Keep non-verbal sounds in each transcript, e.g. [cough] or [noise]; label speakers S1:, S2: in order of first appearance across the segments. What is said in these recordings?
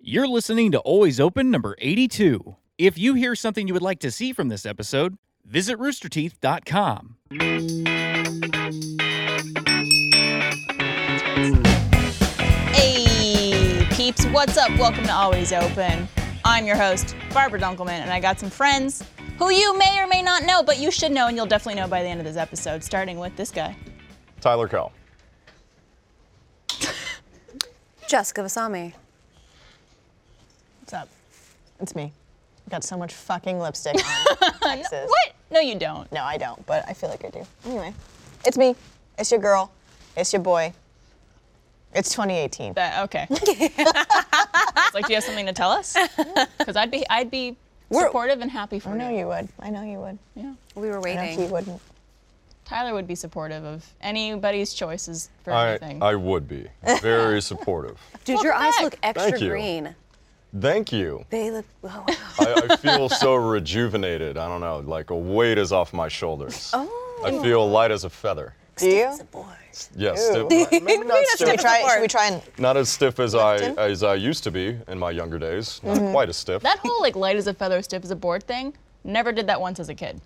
S1: You're listening to Always Open number 82. If you hear something you would like to see from this episode, visit roosterteeth.com.
S2: Hey, peeps, what's up? Welcome to Always Open. I'm your host, Barbara Dunkelman, and I got some friends who you may or may not know, but you should know, and you'll definitely know by the end of this episode, starting with this guy.
S3: Tyler Cole.
S4: Jessica Vasami.
S5: What's up?
S6: It's me. I've got so much fucking [laughs] lipstick on. Texas.
S2: What? No, you don't.
S6: No, I don't, but I feel like I do. Anyway, it's me. It's your girl. It's your boy. It's 2018.
S2: That-
S6: [laughs]
S2: okay. it's like, do you have something to tell us? Because I'd be, I'd be supportive and happy for
S6: I know
S2: you.
S6: you would. I know you would.
S2: Yeah.
S4: We were
S6: I know he
S4: waiting.
S6: wouldn't.
S2: Tyler would be supportive of anybody's choices for
S3: I,
S2: anything.
S3: I would be
S2: [laughs]
S3: very supportive.
S4: Dude, your eyes look extra
S3: Thank you.
S4: green.
S3: Thank you.
S4: They look. Oh,
S6: [laughs]
S4: wow.
S3: I, I
S2: [laughs]
S3: feel so rejuvenated. I don't know, like a weight is off my shoulders. I
S2: Oh.
S3: feel light as a feather.
S6: Do you?
S4: It's a boy.
S3: Yes,
S2: [laughs]
S3: stiff- maybe not,
S6: Should we
S3: stiff,
S6: try? Should we try and?
S3: not as stiff as I
S6: Lifting?
S3: as I used to be in my younger days. Not
S2: Mm-hmm.
S3: quite as stiff.
S2: that whole like light as a feather, stiff as a board thing. Never did that once as a kid.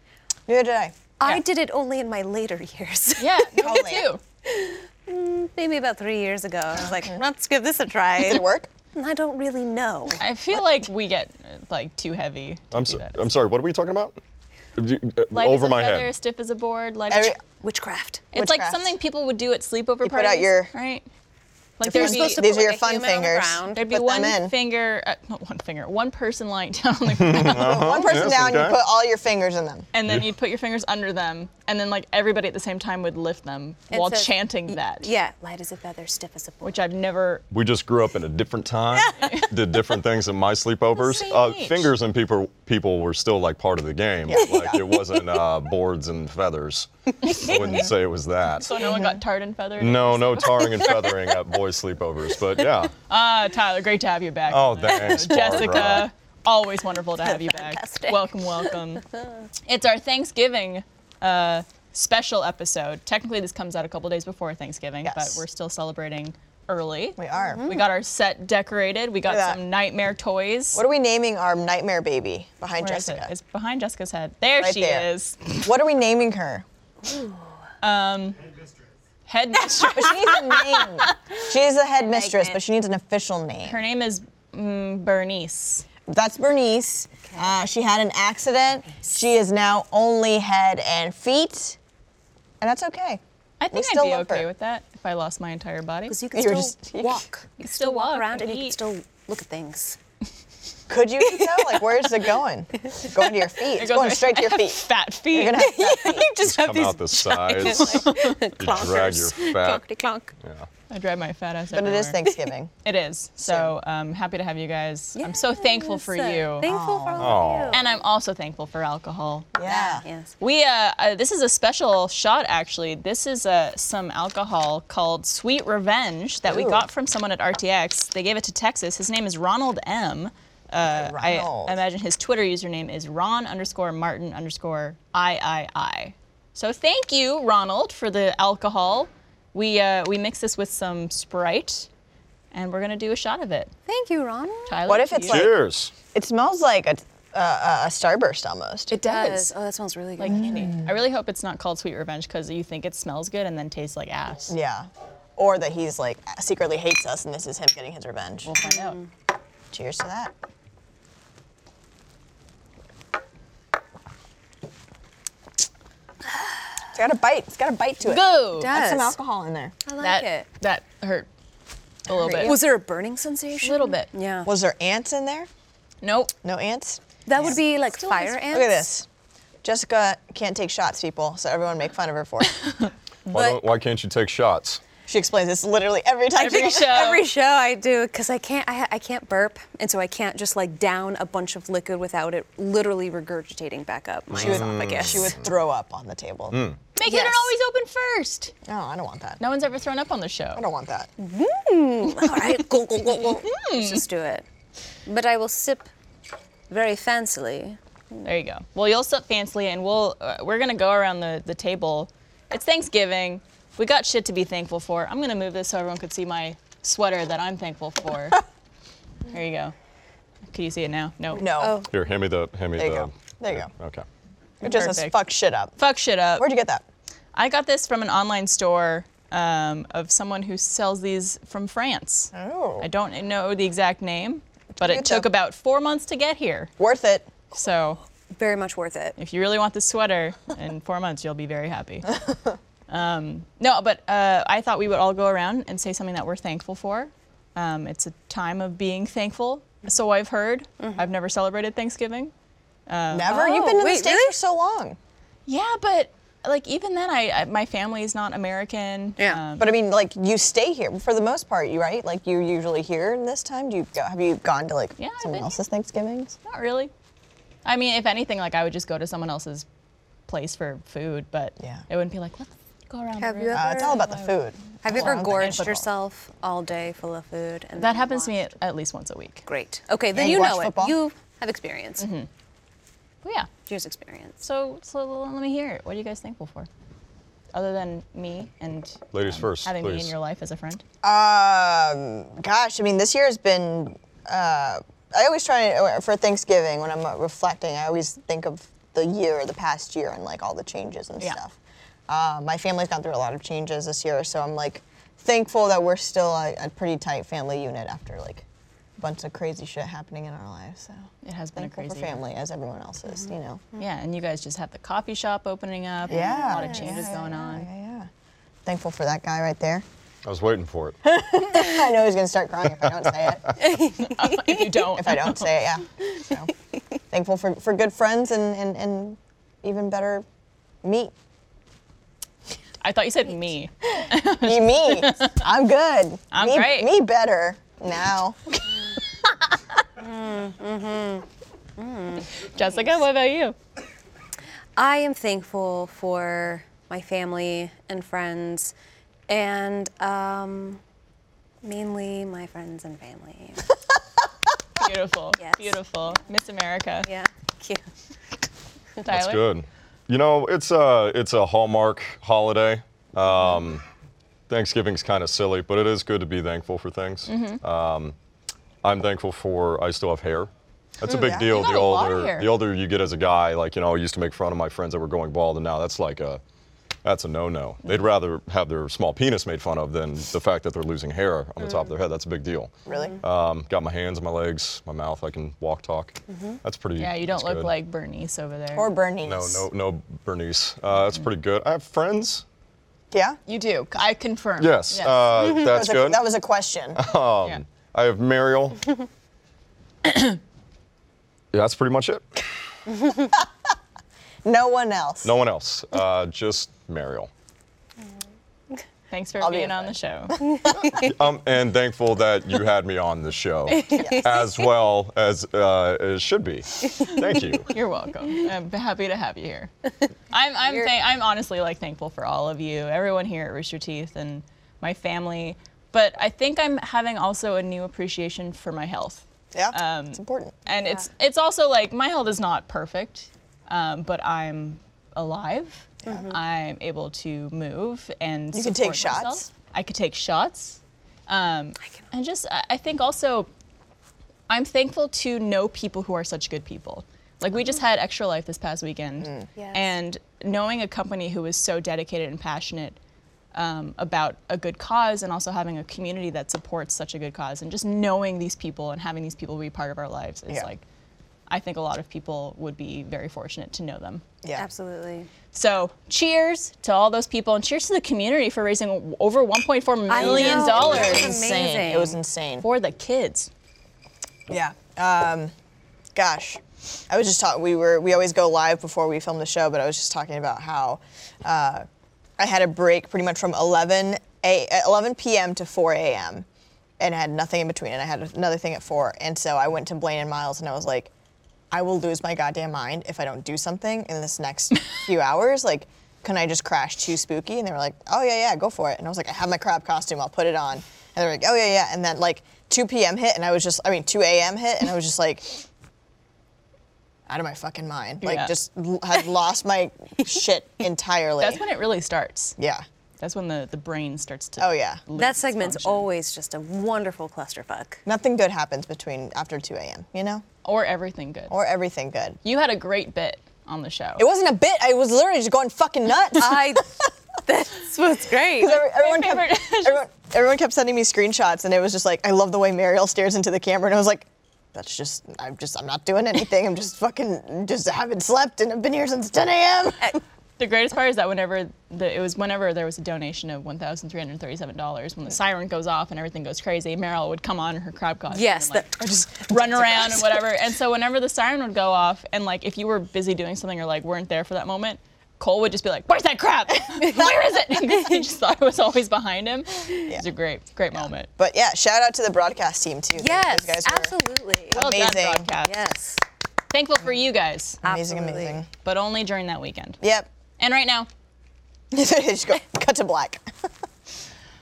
S6: Neither did I.
S4: I did it only in my later years.
S2: Yeah, [laughs] me
S6: Totally.
S2: too.
S4: [laughs] Maybe about three years ago. I was like, let's give this a try.
S6: [laughs] Did it work?
S4: I don't really know.
S2: I feel like we get uh, like too heavy. To
S3: I'm,
S2: do
S3: so,
S2: that.
S3: I'm sorry. What are we talking about? Do you- uh,
S2: Light
S3: Over
S2: as a
S3: my
S2: feather,
S3: head.
S2: stiff as a board. Like
S6: Every,
S4: Witchcraft.
S2: it's like
S6: witchcraft.
S2: something people would do at sleepover
S6: put
S2: parties.
S6: out your-
S2: right. Like
S4: You're
S2: there'd be,
S4: supposed to
S6: these
S4: put
S6: are your
S4: like, a
S6: fun
S4: human on the
S6: fingers.
S4: ground.
S2: there'd be
S6: put them
S2: one
S6: in.
S2: finger, uh, not one finger, one person lying [laughs] down on the
S3: [laughs]
S2: ground,
S6: one
S3: yes,
S6: person down.
S3: okay.
S6: You put all your fingers in them.
S2: and then you'd put your fingers under them, and then like everybody at the same time would lift them
S4: It
S2: while
S4: says-
S2: chanting that.
S4: Yeah, light as a feather, stiff as a board.
S2: Which I've never.
S3: We just grew up in a different
S6: [laughs]
S3: time, did different things in my sleepovers.
S2: Same
S3: Uh,
S2: age.
S3: fingers and people people were still like part of the game. Like it wasn't uh, boards and feathers. I
S6: [laughs]
S3: wouldn't say it was that.
S2: So no one got tarred and feathered.
S3: No, no tarring and feathering at boys sleepovers, but
S6: [laughs]
S3: yeah.
S2: Uh, Tyler, great to have you back.
S3: Oh,
S2: [laughs]
S3: thanks, Barbara.
S2: Jessica, always wonderful to have you back. Welcome, welcome. It's our Thanksgiving uh, special episode. Technically, this comes out a couple days before Thanksgiving,
S6: Yes.
S2: but we're still celebrating early.
S6: We are.
S2: We got our set decorated. We got
S6: Look at
S2: some
S6: that.
S2: nightmare toys.
S6: What are we naming our nightmare baby behind
S2: Where is it?
S6: Jessica?
S2: It's behind Jessica's head. There
S6: Right
S2: she
S6: there.
S2: is.
S6: What are we naming her?
S2: Headmistress.
S6: She needs a [laughs] name. She's a headmistress,
S4: it.
S6: but she needs an official name.
S2: Her name is mm, Bernice.
S6: That's Bernice. Uh, she had an accident. She is now only head and feet, and that's okay.
S2: I think I'd
S6: still
S2: be
S6: love
S2: okay
S6: her.
S2: with that if I lost my entire body.
S4: Because you can
S6: You're
S4: still
S6: just- you
S2: [laughs]
S6: can-
S4: walk. You can
S2: still walk and
S4: around and you can
S2: eat.
S4: still look at things.
S6: Could you even tell? Like, where's it going? It's going to your feet. It's going straight to your
S2: [laughs]
S6: feet.
S2: Fat feet.
S6: You're gonna have
S2: [laughs]
S6: fat feet.
S4: just
S3: Come out the sides. [laughs] you drag your fat.
S4: Clonkety clonk.
S2: I drive my fat ass
S6: But it is
S2: [laughs] everywhere.
S6: Thanksgiving.
S2: It is. So um, happy to have you guys. I'm so thankful for
S4: Yes, uh,
S2: you.
S4: Thankful for all of you.
S2: and I'm also thankful for alcohol.
S6: Yeah.
S4: Yes.
S2: We uh, uh, this is a special shot actually. This is uh, some alcohol called Sweet Revenge that we
S6: Ooh.
S2: got from someone at RTX. They gave it to Texas. His name is Ronald M. Uh,
S6: Ronald.
S2: I imagine his Twitter username is Ron underscore Martin underscore III. So thank you, Ronald, for the alcohol. We uh, we mix this with some Sprite, and we're gonna do a shot of it.
S4: Thank you, Ron.
S2: Tyler,
S6: What if
S2: to
S6: it's
S2: you.
S6: like-
S3: Cheers.
S6: It smells like a, uh, a starburst almost.
S2: it does?
S4: Oh, that smells really good.
S2: Like candy. I really hope it's not called Sweet Revenge because you think it smells good and then tastes like ass.
S6: Yeah. Or that he's like secretly hates us, and this is him getting his revenge. Mm-hmm.
S2: We'll find out.
S6: Cheers to that. It's got a bite. It's got a bite to it.
S2: Go.
S6: That's some
S4: Does.
S6: alcohol in there.
S4: I like
S2: That
S4: it.
S2: that hurt a little bit.
S4: Was there a burning sensation?
S2: a little bit.
S4: Yeah.
S6: Was there ants in there?
S2: Nope.
S6: No ants?
S4: that would be like
S2: Still
S4: fire
S2: has-
S4: ants.
S6: Look at this. Jessica can't take shots, people, so everyone make fun of her for
S2: [laughs]
S6: it.
S3: Why, don't, why can't you take shots?
S6: she explains this literally every time
S2: Every
S6: she
S2: show.
S4: [laughs] Every show I do, because I can't, I, ha- I can't burp, and so I can't just like down a bunch of liquid without it literally regurgitating back up my esophagus. [laughs]
S6: [laughs] She would throw up on the table.
S2: Make it an
S4: Yes.
S2: always open first.
S6: No, I don't want that.
S2: No one's ever thrown up on the show.
S6: I don't want that.
S4: Mm. All right, go, go, go, go. [laughs] Let's just do it. But I will sip very fancily.
S2: There you go. Well, you'll sit fancily, and we'll uh, we're gonna go around the the table. It's Thanksgiving. We got shit to be thankful for. I'm gonna move this so everyone could see my sweater that I'm thankful for. Here you go. Can you see it now? No.
S6: No.
S3: Here, hand me the, hand me
S6: There you
S3: the.
S6: go. There you go.
S3: Okay.
S6: It just says
S2: Perfect.
S6: fuck shit up.
S2: Fuck shit up.
S6: Where'd you get that?
S2: I got this from an online store um, of someone who sells these from France.
S6: Oh.
S2: I don't know the exact name, but it
S6: good,
S2: took
S6: though.
S2: about four months to get here.
S6: Worth it.
S2: So
S4: Very much worth it.
S2: if you really want this sweater in four months, you'll be very happy. [laughs] Um, no, but uh, I thought we would all go around and say something that we're thankful for. Um, it's a time of being thankful. So I've heard. I've never celebrated Thanksgiving.
S6: Never. You've been
S4: Oh,
S6: in the
S4: wait,
S6: states
S4: really?
S6: for so long.
S2: Yeah, but like even then, I, I my family is not American. Um,
S4: Yeah.
S6: But I mean, like you stay here for the most part, you right? Like you're usually here in this time. Do you go? Have you gone to like
S2: Yeah, I've
S6: someone
S2: been-
S6: else's Thanksgivings?
S2: Not really. I mean, if anything, like I would just go to someone else's place for food, but
S6: Yeah.
S2: it wouldn't be like let's go around.
S4: Have
S2: the
S4: you
S2: room.
S6: Uh, it's all about the food.
S4: Have you ever
S6: Well,
S4: gorged
S6: football.
S4: yourself all day full of food? And
S2: That
S4: then
S2: happens to me
S4: watched?
S2: at, at least once a week.
S4: Great. Okay, then
S6: And
S4: you
S6: watch
S4: know
S6: football?
S4: it. You have experience.
S2: Mm-hmm. But yeah.
S4: Here's experience.
S2: So, so let me hear it. What are you guys thankful for? Other than me and um,
S3: Ladies first,
S2: having me in
S3: please.
S2: your life as a friend.
S6: Um, gosh, I mean, this year has been. Uh, I always try uh, for Thanksgiving when I'm uh, reflecting. I always think of the year, the past year, and like all the changes and
S2: Yeah.
S6: stuff. Uh, my family's gone through a lot of changes this year, so I'm like thankful that we're still a, a pretty tight family unit after like a bunch of crazy shit happening in our lives. So
S2: It has been a
S6: thankful
S2: crazy
S6: for
S2: year. Mm-hmm.
S6: family as everyone else is, you know.
S2: Yeah, and you guys just had the coffee shop opening up. and Mm-hmm. A lot of changes
S6: yeah,
S2: going
S6: yeah,
S2: on.
S6: Yeah, yeah. Thankful for that guy right there.
S3: I was waiting for it.
S6: I know he's gonna start crying if I don't say it.
S2: [laughs] if you don't.
S6: if I don't say it, yeah. So, thankful for, for good friends and, and, and even better meat.
S2: I thought you said me. [laughs]
S6: Eat me. I'm good.
S2: I'm
S6: me,
S2: great.
S6: Me better now.
S2: Jessica, what about you?
S4: I am thankful for my family and friends, and um, mainly my friends and family.
S6: [laughs]
S2: Beautiful.
S4: Yes.
S2: Beautiful. Miss America.
S4: yeah. Cute.
S2: Tyler.
S3: That's good. You know, it's a, it's a hallmark holiday. Um, Thanksgiving's kind of silly, but it is good to be thankful for things.
S2: Mm-hmm.
S3: Um, I'm thankful for I still have hair. That's a big deal.
S2: You got
S3: The
S2: a lot of
S3: older
S2: hair.
S3: the older you get as a guy, like you know, I used to make fun of my friends that were going bald, and now that's like a that's a no-no.
S2: Mm.
S3: They'd rather have their small penis made fun of than the fact that they're losing hair on the top
S2: Mm.
S3: of their head. That's a big deal.
S6: Really?
S2: Mm-hmm.
S3: Um, got my hands, my legs, my mouth. I can walk, talk. That's pretty.
S2: Mm-hmm. Yeah, you don't
S3: that's
S2: look
S3: good.
S2: like Bernice over there.
S6: Or Bernice.
S3: No, no, no, Bernice. Uh, that's pretty good. I have friends.
S6: Yeah?
S2: you do. I confirm.
S3: Yes, Uh,
S6: That
S3: that's
S6: was, a,
S3: good.
S6: that was
S3: [laughs]
S6: a question.
S3: um,
S2: Yeah.
S3: I have Mariel. yeah, that's pretty much it.
S6: no one else.
S3: No one else. Uh, just Mariel.
S2: Thanks for
S6: I'll be
S2: being
S6: your
S2: on the show.
S3: Um, and thankful that you had me on the show, as well as uh, it should be. Thank you.
S2: You're
S6: [laughs]
S2: welcome. I'm happy to have you here. I'm I'm
S4: You're-
S2: thank- I'm honestly like thankful for all of you, everyone here at Rooster Teeth, and my family. But I think I'm having also a new appreciation for my health,
S6: Yeah?
S2: Um,
S6: it's important.
S2: and it's it's also like my health is not perfect, um, but I'm alive. I'm able to move and
S6: Mm-hmm. You can take
S2: support myself.
S6: shots.
S2: I could take shots, um, and just I I think also I'm thankful to know people who are such good people. Like we just had Extra Life this past weekend,
S4: Yes.
S2: and knowing a company who is so dedicated and passionate um, about a good cause, and also having a community that supports such a good cause, and just knowing these people and having these people be part of our lives is
S6: Yeah.
S2: like, I think a lot of people would be very fortunate to know them.
S6: Yeah.
S4: Absolutely.
S2: So, cheers to all those people, and cheers to the community for raising over 1.4
S4: I
S2: million
S4: know.
S2: dollars
S4: That's
S6: Insane. It
S4: Amazing.
S6: was insane.
S2: for the kids.
S6: Yeah. Um, gosh, I was just talking. We were we always go live before we film the show, but I was just talking about how uh, I had a break pretty much from 11 a 11 p.m. to 4 a.m. and I had nothing in between, and I had another thing at four, and so I went to Blaine and Miles, and I was like, I will lose my goddamn mind if I don't do something in this next few hours, like. Can I just crash too spooky? And they were like, oh, yeah, yeah, go for it. And I was like, I have my crab costume, I'll put it on. And they were like, oh, yeah, yeah. And then, like, 2 p.m. hit, and I was just, I mean, 2 a.m. hit, and I was just like, out of my fucking mind. Like,
S2: Yeah.
S6: just l- had lost my shit entirely.
S2: That's when it really starts.
S6: yeah.
S2: That's when the, the brain starts to.
S6: Oh, yeah.
S2: lose
S4: That
S2: its
S4: segment's
S2: function.
S4: always just a wonderful clusterfuck.
S6: Nothing good happens between after 2 a.m., you know?
S2: Or everything good.
S6: Or everything good.
S2: you had a great bit on the show.
S6: It wasn't a bit. I was literally just going fucking nuts.
S4: I. [laughs] That's what's great.
S6: [laughs] Every- everyone, [laughs]
S2: favorite- [laughs]
S6: kept, everyone, everyone kept sending me screenshots, and it was just like, I love the way Mariel stares into the camera, and I was like, that's just, I'm just, I'm not doing anything. I'm just fucking, just haven't slept, and I've been here since 10 [laughs] a.m.
S2: the greatest part is that whenever the, it was whenever there was a donation of one thousand three hundred thirty-seven dollars,
S6: Mm.
S2: when the siren goes off and everything goes crazy, Meryl would come on in her crab costume.
S4: Yes,
S2: and, like,
S4: [laughs] that-
S6: [laughs]
S2: run around and whatever. And so whenever the siren would go off, and like if you were busy doing something or like weren't there for that moment, Cole would just be like, "Where's that
S6: [laughs]
S2: crab? Where is it?" [laughs] Because he just thought it was always behind him. It was a great, great moment.
S6: But yeah, shout out to the broadcast team too. Those
S4: yes,
S6: guys were
S4: absolutely.
S2: Well done,
S6: amazing.
S2: broadcast.
S4: Yes.
S2: Thankful for you guys,
S6: amazing,
S4: absolutely.
S6: amazing.
S2: but only during that weekend.
S6: Yep. [laughs]
S2: And right now,
S6: just go cut to [laughs] black.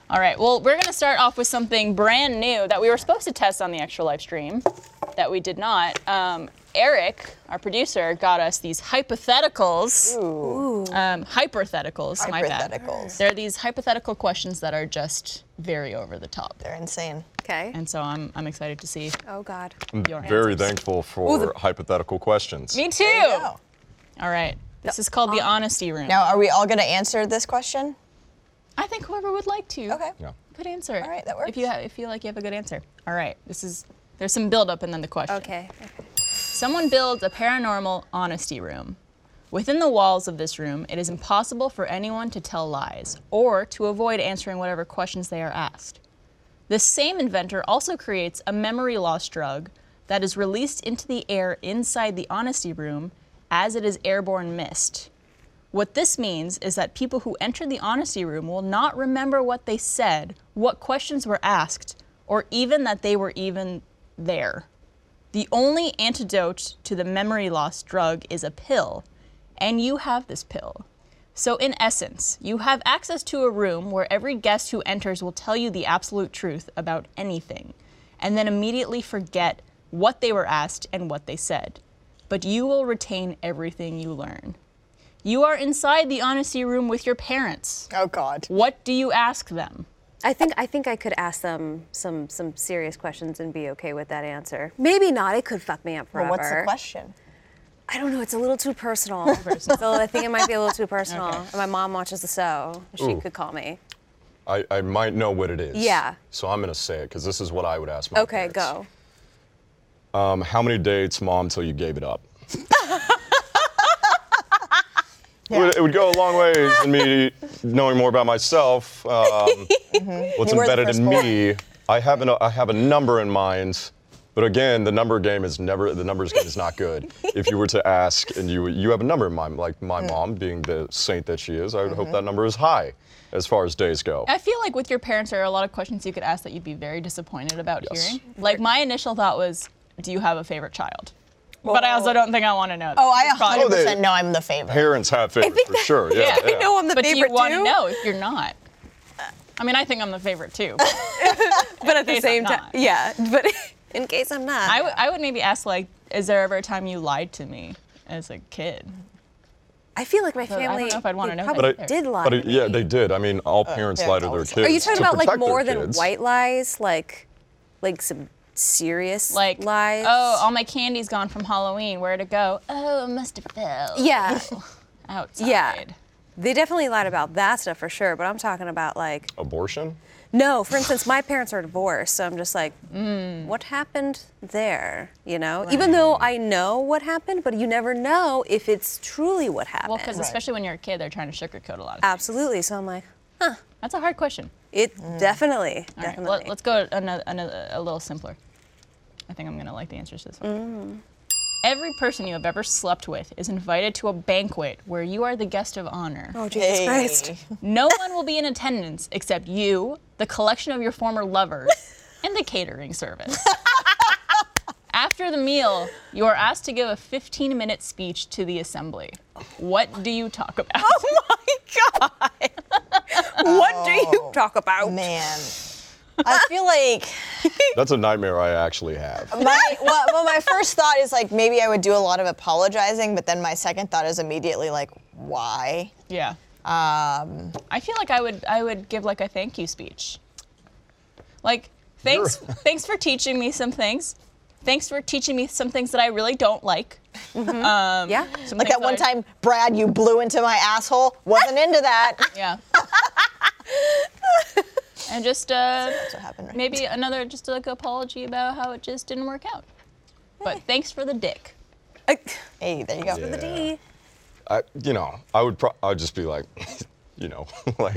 S2: All right. Well, we're going to start off with something brand new that we were supposed to test on the extra live stream, that we did not. Um, Eric, our producer, got us these hypotheticals. Ooh. Um, hypotheticals. My bad.
S6: Hypotheticals.
S2: They're these hypothetical questions that are just very over the top.
S6: They're insane.
S4: Okay.
S2: And so I'm, I'm excited to see
S4: Oh God.
S2: your
S3: Very
S2: answers.
S3: thankful for
S4: the-
S3: hypothetical questions.
S2: Me too.
S6: Oh.
S2: All right. This is called the honesty room.
S6: Now, are we all gonna answer this question?
S2: I think whoever would like to.
S6: Okay.
S3: Yeah.
S2: Good answer. All
S6: right, that
S2: If you
S6: works.
S2: ha- if you feel like you have a good answer. All right. This is there's some build up and then the question.
S4: Okay.
S2: Someone builds a paranormal honesty room. Within the walls of this room, it is impossible for anyone to tell lies or to avoid answering whatever questions they are asked. This same inventor also creates a memory loss drug that is released into the air inside the honesty room as it is airborne mist. What this means is that people who enter the honesty room will not remember what they said, what questions were asked, or even that they were even there. The only antidote to the memory loss drug is a pill, and you have this pill. So, in essence, you have access to a room where every guest who enters will tell you the absolute truth about anything, and then immediately forget what they were asked and what they said. But you will retain everything you learn. You are inside the honesty room with your parents.
S6: Oh God.
S2: What do you ask them?
S4: I think I think I could ask them some some serious questions and be okay with that answer. Maybe not. It could fuck me up forever.
S6: What's the question?
S4: I don't know. It's a little too personal. so I think it might be a little too personal. And my mom watches the show. She could call me.
S3: I, I might know what it is.
S4: Yeah.
S3: So I'm going to say it because this is what I would ask my
S4: Okay,
S3: parents.
S4: go.
S3: Um, how many dates, mom, till you gave it up? It, would, it would go a long ways in me knowing more about myself. Um, What's
S6: You were the
S3: embedded in
S6: firstborn.
S3: me? I have an, I have a number in mind, but again, the number game is never the numbers game is not good. if you were to ask and you you have a number in mind, like my mom being the saint that she is, I would hope that number is high, as far as days go.
S2: I feel like with your parents, there are a lot of questions you could ask that you'd be very disappointed about
S3: Yes.
S2: hearing. Like my initial thought was, do you have a favorite child? But I also don't think I want to know. That.
S6: Oh, I
S2: It's probably-
S6: 100 percent
S3: they-
S6: know I'm the favorite.
S3: Parents have favorites for sure. Yeah,
S2: Yeah. I
S3: yeah.
S4: No, I'm the
S2: But do you
S4: favorite
S2: want to
S4: too.
S2: know if you're not? I mean, I think I'm the favorite
S4: [laughs]
S2: too. but
S4: But at
S2: In
S4: the
S2: case I'm
S4: same time,
S2: not.
S4: yeah. But [laughs] in case I'm not,
S2: I, w- I would maybe ask like, is there ever a time you lied to me as a kid?
S4: I feel like my
S2: I
S4: family.
S2: don't know if I'd wanna
S4: they
S2: know that
S4: probably
S2: either.
S4: did lie.
S3: But
S4: to
S3: it- yeah,
S4: me.
S3: they did. I mean, all
S4: Uh,
S3: parents lie to their
S6: always
S3: kids.
S6: lie.
S4: Are you talking
S3: to
S4: about like
S3: protect their
S4: more than
S3: kids.
S4: white lies, like like some serious
S2: Like,
S4: lies?
S2: oh, all my candy's gone from Halloween. Where'd it go? Oh, it must have fell
S4: yeah.
S2: outside.
S4: Yeah. They definitely lied about that stuff for sure, but I'm talking about like
S3: Abortion?
S4: no. For instance, my parents are divorced, so I'm just like, "Hmm, what happened there? You know, even though I know what happened, but you never know if it's truly what happened.
S2: Well, because especially when you're a kid, they're trying to sugarcoat a lot. Of
S4: absolutely. So I'm like,
S2: That's a hard question.
S4: it
S2: Mm.
S4: definitely,
S2: All right,
S4: definitely.
S2: let, us go another, another, a little simpler. I think I'm gonna like the answers to this one. Every person you have ever slept with is invited to a banquet where you are the guest of honor.
S4: oh Jesus
S6: Hey.
S4: Christ!
S2: No one will be in attendance except you, the collection of your former [laughs] lovers, and the catering service. After the meal, you are asked to give a 15 minute speech to the assembly. What do you talk about?
S4: [laughs] What do you
S2: Oh.
S4: talk about?
S6: Man, I feel like
S3: That's a nightmare I actually have.
S6: [laughs] my well, well, my first thought is like maybe I would do a lot of apologizing, but then my second thought is immediately like, why?
S2: yeah.
S6: Um,
S2: I feel like I would I would give like a thank you speech. Like thanks
S6: [laughs]
S2: thanks for teaching me some things. Thanks for teaching me some things that I really don't like.
S4: yeah.
S2: Some things
S6: like that one
S2: I-
S6: time, Brad, you blew into my asshole. Wasn't into [laughs] that. That's
S2: Yeah. and just uh,
S6: what happened. Right?
S2: maybe another just like apology about how it just didn't work out. But thanks for the dick.
S4: Uh,
S6: Hey, there you go.
S4: the D.
S3: I, you know, I would pro- I'd just be like, [laughs] you know, like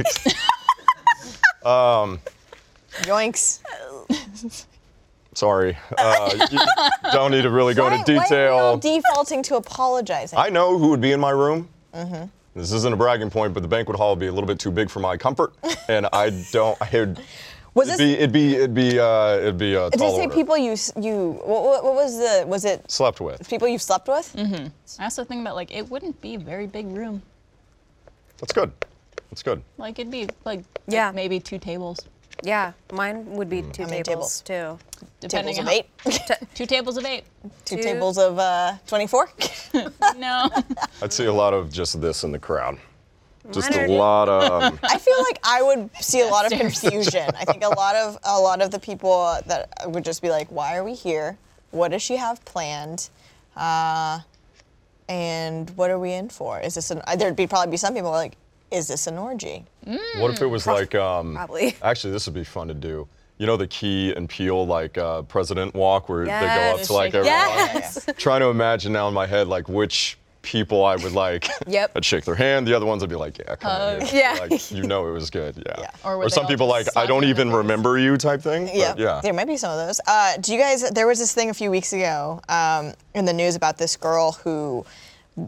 S6: Yoinks.
S3: sorry, uh, you don't need to really go into
S6: Why- Why are we all
S3: detail.
S6: defaulting to apologizing.
S3: I know who would be in my room.
S6: Mm-hmm.
S3: This isn't a bragging point, but the banquet hall would be a little bit too big for my comfort, and I don't. I'd, it'd
S6: Was this-
S3: be it'd be it'd be uh, it'd be a
S6: Did you
S3: tall
S6: say
S3: order.
S6: people you s- you what, what, what was the was it
S3: slept with.
S6: people you've slept with?
S2: I also think about like it wouldn't be a very big room.
S3: That's good. That's good.
S2: Like it'd be like
S4: Yeah.
S2: like, maybe two tables.
S4: Yeah. Mine
S2: Mm.
S4: would be two
S6: How many
S4: tables, too.
S2: Depending
S6: Tables of
S2: on
S6: eight,
S2: Two tables of eight.
S6: [laughs] two
S4: Two.
S6: tables of uh, twenty-four.
S2: No. [laughs]
S3: I'd see a lot of just this in the crowd. Just a
S4: Leonard.
S3: lot of. um,
S6: I feel like I would see a lot of
S2: Upstairs.
S6: confusion. I think a lot of a lot of the people that would just be like, "Why are we here? What does she have planned? Uh, and what are we in for? Is this an?" uh, There'd be probably be some people like, "Is this an orgy?"
S3: [laughs] What if it was like um
S4: probably. [laughs]
S3: actually this would be fun to do. You know the Key and Peel like uh, president walk where they go up
S4: Yes.
S3: to like everyone.
S4: Yes. [laughs]
S3: Trying to imagine now in my head like which people I would like.
S4: [laughs] Yep. Uh,
S3: I'd shake their hand. The other ones I'd be like, yeah, come on. dude."
S4: Yeah. [laughs]
S3: Like you know it was good. Yeah.
S6: Yeah.
S2: Or
S3: Or,
S2: would they
S3: some
S2: all
S3: people
S2: just
S3: like I
S2: slap
S3: don't
S2: you in the
S3: even
S2: face?"
S3: remember you type thing. but
S6: Yeah,
S3: Yeah.
S6: There might be some of those. Uh, do you guys? There was this thing a few weeks ago um, in the news about this girl who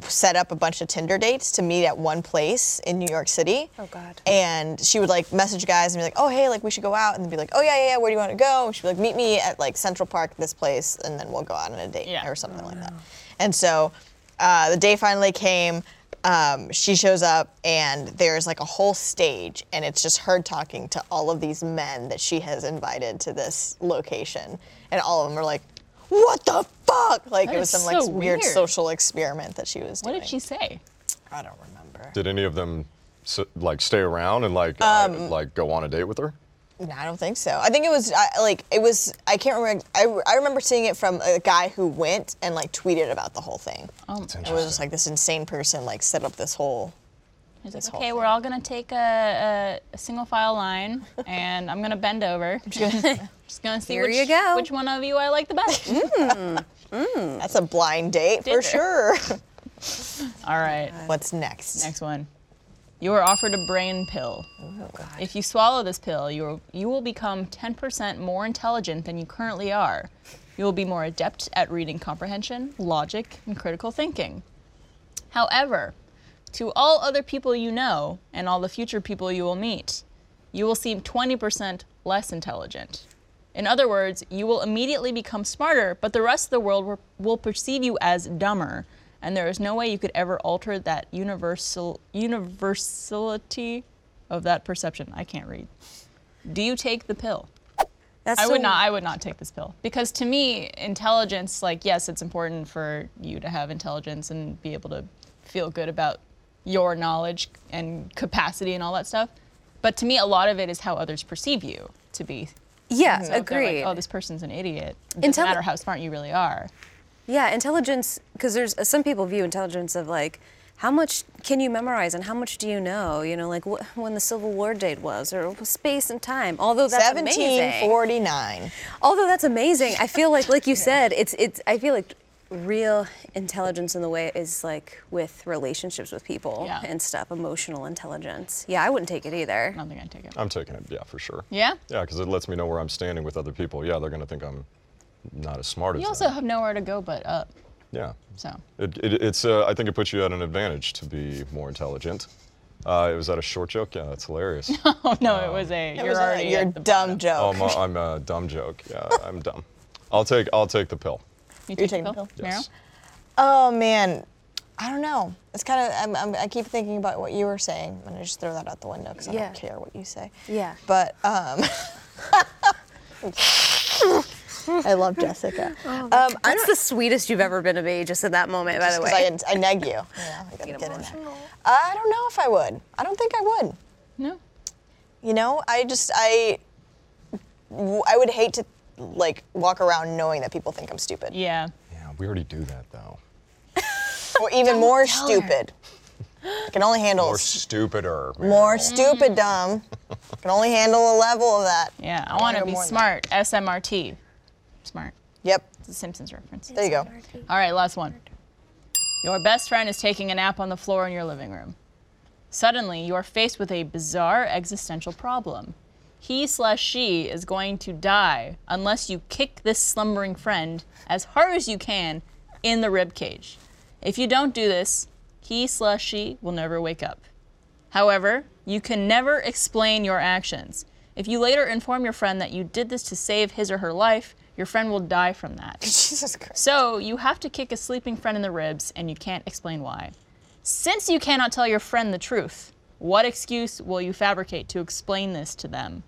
S6: set up a bunch of Tinder dates to meet at one place in New York City.
S4: Oh, God.
S6: And she would like message guys and be like, "Oh hey, like we should go out," and they'd be like, "Oh yeah, yeah, yeah. Where do you want to go?" And she'd be like, "Meet me at like Central Park, this place, and then we'll go out on a date
S2: Yeah.
S6: or something like that." And so uh, the day finally came. Um, she shows up and there's like a whole stage and it's just her talking to all of these men that she has invited to this location and all of them are like what the fuck like
S2: That
S6: it was
S2: is
S6: some like
S2: so
S6: weird
S2: weird.
S6: social experiment that she was
S2: what
S6: doing
S2: did she say?
S6: i don't remember
S3: Did any of them s like stay around and like I-
S4: Um,
S3: like go on a date with her?
S6: No, I don't think so. I think it was I, like it was. I can't remember. I, I remember seeing it from a guy who went and like tweeted about the whole thing.
S2: Um,
S6: it was just like this insane person like set up this whole.
S2: He's
S6: This
S2: like,
S6: whole
S2: okay,
S6: thing.
S2: we're all gonna take a, a, a single file
S4: [laughs]
S2: line, and I'm gonna bend over. [laughs] Just gonna see
S4: Here
S2: which,
S4: you go. Mm-hmm.
S2: which one of you I like the best.
S6: That's a blind date
S2: Dinner.
S6: for sure. [laughs]
S2: all right,
S6: What's next?
S2: next one. You are offered a brain pill. if you swallow this pill, you will, you will become 10% more intelligent than you currently are. You will be more adept at reading comprehension, logic, and critical thinking. However, to all other people you know and all the future people you will meet, you will seem 20% less intelligent. In other words, you will immediately become smarter, but the rest of the world will- will perceive you as dumber, and there is no way you could ever alter that universal universality of that perception. I can't read. Do you take the pill?
S4: That's
S2: I
S4: so-
S2: would not. I would not take this pill because to me, intelligence, like yes, it's important for you to have intelligence and be able to feel good about your knowledge and capacity and all that stuff. But to me, a lot of it is how others perceive you to be.
S4: Yeah,
S2: So if they're
S4: agreed.
S2: Like, oh, this person's an idiot. It doesn't
S4: Intelli-
S2: matter how smart you really are.
S4: Yeah, intelligence, because there's uh, some people view intelligence of like, how much can you memorize and how much do you know? You know, like wh- when the Civil War date was or space and time. Although that's amazing.
S6: 1749.
S4: Although that's amazing, I feel like, like you said, it's it's. I feel like real intelligence in the way is like with relationships with people
S2: Yeah.
S4: and stuff, emotional intelligence. Yeah, I wouldn't take it either.
S2: I don't think I'd take it.
S3: I'm taking it. Yeah, for sure.
S2: Yeah.
S3: Yeah, because it lets me know where I'm standing with other people. Yeah, they're gonna think I'm not as smart as
S2: You
S3: them.
S2: also have nowhere to go but up.
S3: Yeah.
S2: So [laughs]
S3: It, it, it's, uh, I think it puts you at an advantage to be more intelligent. Uh, was that a short joke? Yeah, that's
S6: [laughs]
S3: hilarious.
S2: oh, no, it was a. you're
S6: It was a-
S2: already.
S6: your
S2: at the bottom.
S6: dumb joke.
S3: oh, my, I'm a dumb joke. Yeah, I'm dumb. I'll take, I'll take the pill.
S2: You
S6: You're
S2: take the
S6: taking the
S2: pill,
S3: pill.
S2: Meryl?
S3: Yes.
S6: Oh man, I don't know. It's kind of I'm, I'm, I keep thinking about what you were saying, and I just throw that out the window because I
S4: Yeah. Um,
S6: um, don't care what you say.
S4: Yeah.
S6: But um, [laughs] I love Jessica. um, I
S4: That's the sweetest you've ever been to me, just at that moment, by the way.
S6: 'cause I, I neg you. you know, I, gotta get in there. I don't know if I would. I don't think I would.
S2: No.
S6: You know, I just I w- I would hate to like walk around knowing that people think I'm stupid,
S2: Yeah.
S3: Yeah, we already do that though.
S6: or even more stupid. I can only handle
S3: Or
S6: s-
S3: stupider. man.
S6: more stupid dumb. I can only handle a level of that.
S2: Yeah. I want to
S6: go
S2: be
S6: more than
S2: smart. SMRT. Smart.
S6: Yep.
S2: It's a Simpsons reference.
S6: There you go.
S2: All right, last one. Your best friend is taking a nap on the floor in your living room. Suddenly, you are faced with a bizarre existential problem. He slash she is going to die unless you kick this slumbering friend as hard as you can in the rib cage. If you don't do this, he slash she will never wake up. However, you can never explain your actions. If you later inform your friend that you did this to save his or her life, your friend will die from that.
S6: Jesus Christ.
S2: So you have to kick a sleeping friend in the ribs, and you can't explain why. Since you cannot tell your friend the truth, what excuse will you fabricate to explain this to them?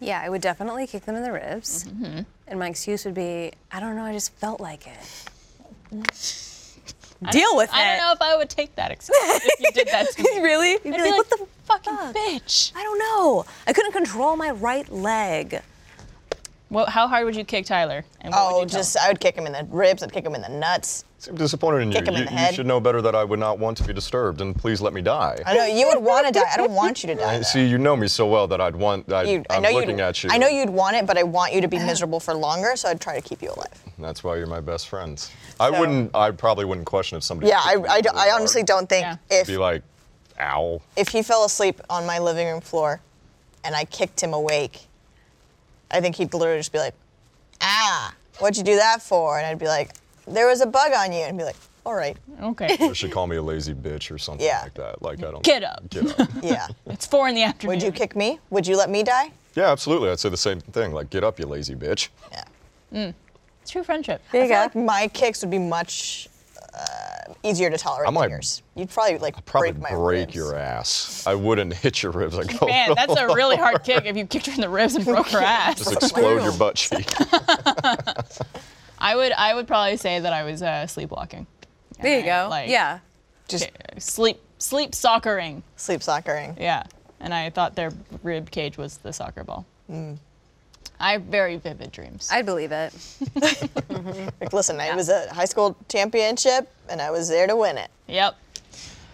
S4: Yeah, I would definitely kick them in the ribs. And my excuse would be, I don't know, I just felt like it. Deal with
S2: I don't know if I would take that excuse if you did that
S6: [laughs]
S2: to me.
S4: [laughs] really? You'd be
S2: I'd
S4: like,
S2: be like,
S4: what the
S2: fucking
S4: fuck?
S2: bitch?
S4: I don't know. I couldn't control my right leg.
S2: Well, how hard would you kick Tyler? And what would
S6: Oh,
S2: you tell
S6: just
S2: him?
S6: I would kick him in the ribs. I'd kick him in the nuts.
S3: I'm disappointed in you.
S6: Kick him in
S3: you,
S6: the
S3: you
S6: head.
S3: should know better that I would not want to be disturbed, and please let me die.
S6: I know you would want to die. I don't want you to die.
S3: I-
S6: though.
S3: see, you know me so well that I'd want. I'd,
S6: You-
S3: I'm
S6: you'd-
S3: looking at you.
S6: I know you'd want it, but I want you to be miserable for longer, so I'd try to keep you alive.
S3: That's why you're my best friends. I
S6: So-
S3: wouldn't. I probably wouldn't question if somebody.
S6: Yeah, I,
S3: kicked me
S6: I,
S3: really
S6: d- I honestly
S3: hard.
S6: don't think
S2: Yeah.
S6: if
S3: Be like, ow.
S6: if he fell asleep on my living room floor, and I kicked him awake, I think he'd literally just be like, "Ah, what'd you do that for?" And I'd be like, "There was a bug on you," and be like, "All right,
S2: okay. [laughs]
S3: They should call me a lazy bitch or something
S6: Yeah.
S3: like that. Like I don't.
S2: Get up.
S3: Get
S2: [laughs]
S3: up.
S4: [laughs]
S6: yeah."
S2: It's four in the afternoon.
S6: Would you kick me? Would you let me die?
S3: yeah, absolutely. I'd say the same thing. Like, get up, you lazy bitch.
S6: Yeah.
S2: True friendship.
S4: There
S6: I feel like my kicks would be much uh, easier to tolerate
S3: I
S6: than
S3: might-
S6: yours. You'd probably like
S3: Probably
S6: break my ribs.
S3: your ass. I wouldn't [laughs] hit your ribs. I'd go
S2: Man,
S3: [laughs]
S2: that's a really
S6: [laughs]
S2: hard kick if you kicked her in the ribs and broke her ass.
S3: just
S2: [laughs]
S3: explode your butt cheek.
S2: I would, I would probably say that I was uh, sleepwalking,
S4: There you go.
S2: like-
S4: yeah.
S6: Just
S2: sleep, sleep soccering.
S6: sleep soccering.
S2: Yeah, and I thought their rib cage was the soccer ball. I have very vivid dreams.
S4: I'd believe it.
S6: Like, listen, I was a high school championship, and I was there to win it.
S2: yep.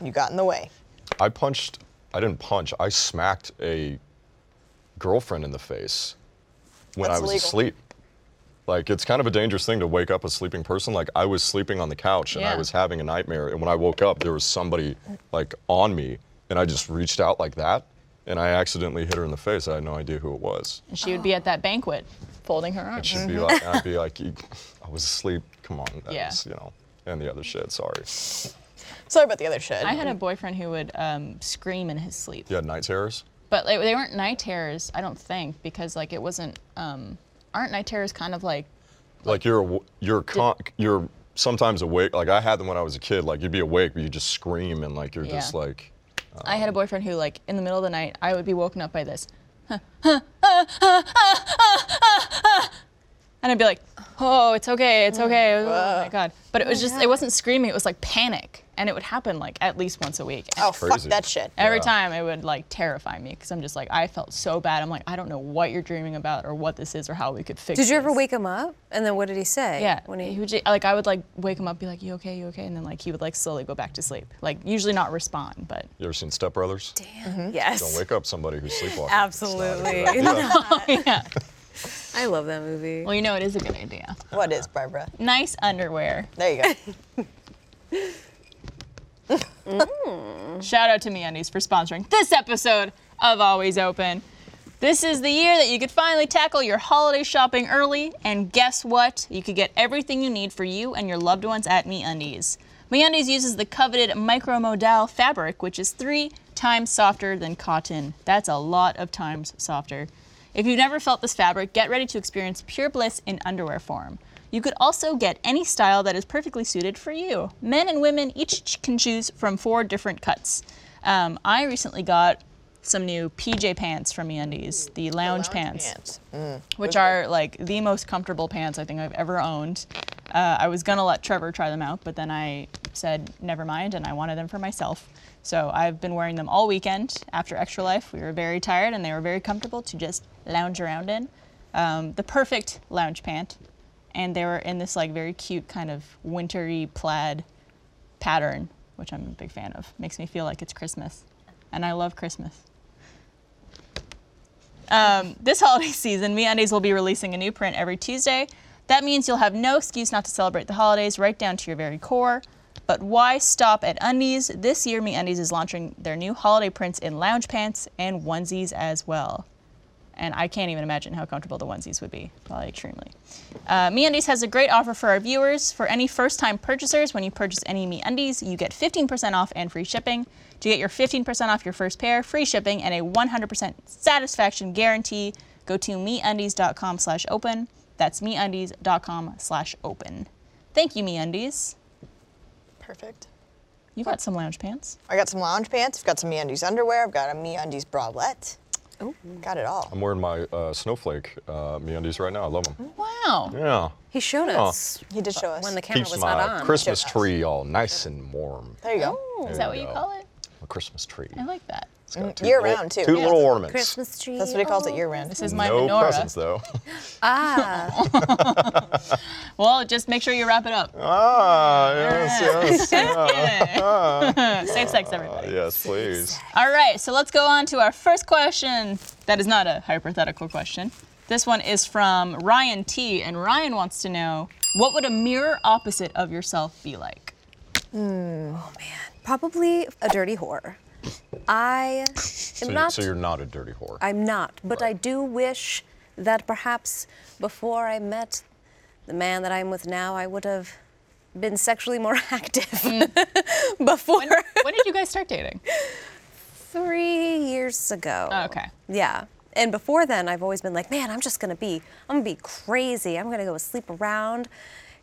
S6: You got in the way.
S3: I punched. I didn't punch. I smacked a girlfriend in the face when
S6: That's
S3: I was
S6: illegal.
S3: asleep. Like it's kind of a dangerous thing to wake up a sleeping person. Like I was sleeping on the couch and I
S2: Yeah.
S3: was having a nightmare. And when I woke up, there was somebody like on me, and I just reached out like that, and I accidentally hit her in the face. I had no idea who it was.
S2: And she would be at that banquet, folding her
S3: It
S2: arms.
S3: should be like I'd be like, "You- I was asleep. Come on, that
S2: Yeah.
S3: was, you know, and the other shit. Sorry.
S6: Sorry about the other shit.
S2: I had a boyfriend who would um, scream in his sleep,
S3: You had night terrors.
S2: but like, they weren't night terrors, I don't think, because like it wasn't. Um, aren't night terrors kind of like?
S3: like you're aw- you're con- you're sometimes awake. Like I had them when I was a kid. Like you'd be awake, but you just scream and like you're
S2: Yeah.
S3: just like
S2: I had a boyfriend who like in the middle of the night I would be woken up by this, and I'd be like, oh, it's okay, it's okay. Oh my god! But it was just it wasn't screaming. It was like panic, and it would happen like at least once a week. And
S6: oh, fuck
S3: crazy.
S6: that shit.
S2: Every
S3: Yeah.
S2: time it would like terrify me because I'm just like I felt so bad. I'm like I don't know what you're dreaming about or what this is or how we could fix.
S4: Did you ever
S2: this."
S4: wake him up? And then what did he say?
S2: Yeah,
S4: When
S2: he,
S4: he,
S2: would ju- like I would like wake him up, be like, "You okay? You okay?" And then like he would like slowly go back to sleep. Like usually not respond, but [laughs]
S3: you ever seen Step Brothers?
S4: yes.
S3: Don't wake up somebody who's sleepwalking. It's not a good
S4: [laughs] Absolutely.
S3: idea.
S2: yeah.
S4: [laughs] I love that movie.
S2: Well, you know it is a good idea.
S6: What is Barbara?
S2: Nice underwear.
S6: There you go.
S2: Shout out to MeUndies for sponsoring this episode of Always Open. This is the year that you could finally tackle your holiday shopping early, and guess what? You could get everything you need for you and your loved ones at MeUndies. MeUndies uses the coveted micromodal fabric, which is three times softer than cotton. That's a lot of times softer. If you've never felt this fabric, get ready to experience pure bliss in underwear form. You could also get any style that is perfectly suited for you. Men and women each ch- can choose from four different cuts. Um, I recently got some new PJ pants from MeUndies, the lounge, pants, which are like the most comfortable pants I think I've ever owned. Uh, I was gonna let Trevor try them out, but then I said never mind, and I wanted them for myself. So I've been wearing them all weekend after Extra Life. We were very tired, and they were very comfortable to just lounge around in. Um, the perfect lounge pant, and they were in this like very cute kind of wintry plaid pattern, which I'm a big fan of. Makes me feel like it's Christmas, and I love Christmas. Um, this holiday [laughs] season, MeUndies will be releasing a new print every Tuesday. That means you'll have no excuse not to celebrate the holidays right down to your very core. But why stop at undies? This year, MeUndies is launching their new holiday prints in lounge pants and onesies as well and I can't even imagine how comfortable the onesies would be. Probably extremely. Uh, MeUndies has a great offer for our viewers. For any first-time purchasers, when you purchase any MeUndies, you get 15% off and free shipping. To get your 15% off your first pair, free shipping, and a 100% satisfaction guarantee, go to MeUndies.com slash open. That's MeUndies.com slash open. Thank you, MeUndies.
S6: Perfect.
S2: You got some lounge pants.
S6: I got some lounge pants. I've got some MeUndies underwear. I've got a MeUndies bralette. Oh, got it all.
S3: I'm wearing my uh, snowflake uh, MeUndies right now. I love
S2: Hmm.
S3: them.
S2: Wow.
S3: Yeah.
S4: He showed us
S6: He did show us.
S4: when the camera
S3: Keeps
S4: was
S3: my
S4: not on.
S3: Christmas
S6: Yes.
S3: tree all nice and warm.
S6: there you go.
S2: Is that what you call it?
S3: A Christmas tree.
S2: I like that.
S3: It's got two
S6: year
S3: little-
S6: round, too.
S3: Two
S6: Yeah.
S3: little ornaments.
S4: Christmas tree.
S6: That's what he calls it
S4: oh.
S6: year round.
S2: This is my
S3: no
S2: menorah.
S3: presents though. [laughs]
S4: Ah,
S2: Well, just make sure you wrap it up.
S3: ah, yes, yes,
S2: Safe sex, everybody.
S3: yes, please.
S2: All right, so let's go on to our first question. That is not a hypothetical question. This one is from Ryan T, and Ryan wants to know what would a mirror opposite of yourself be like?
S4: probably a dirty whore. I am
S3: So, you,
S4: not.
S3: so you're not a dirty whore.
S4: I'm not, but I do wish that perhaps before I met the man that I'm with now, I would have been sexually more [laughs] active [laughs] before
S2: When did you guys start dating?
S4: three years ago.
S2: [laughs] Okay.
S4: Yeah. And before then, I've always been like, man, I'm just gonna be, I'm gonna be crazy. I'm gonna go sleep around.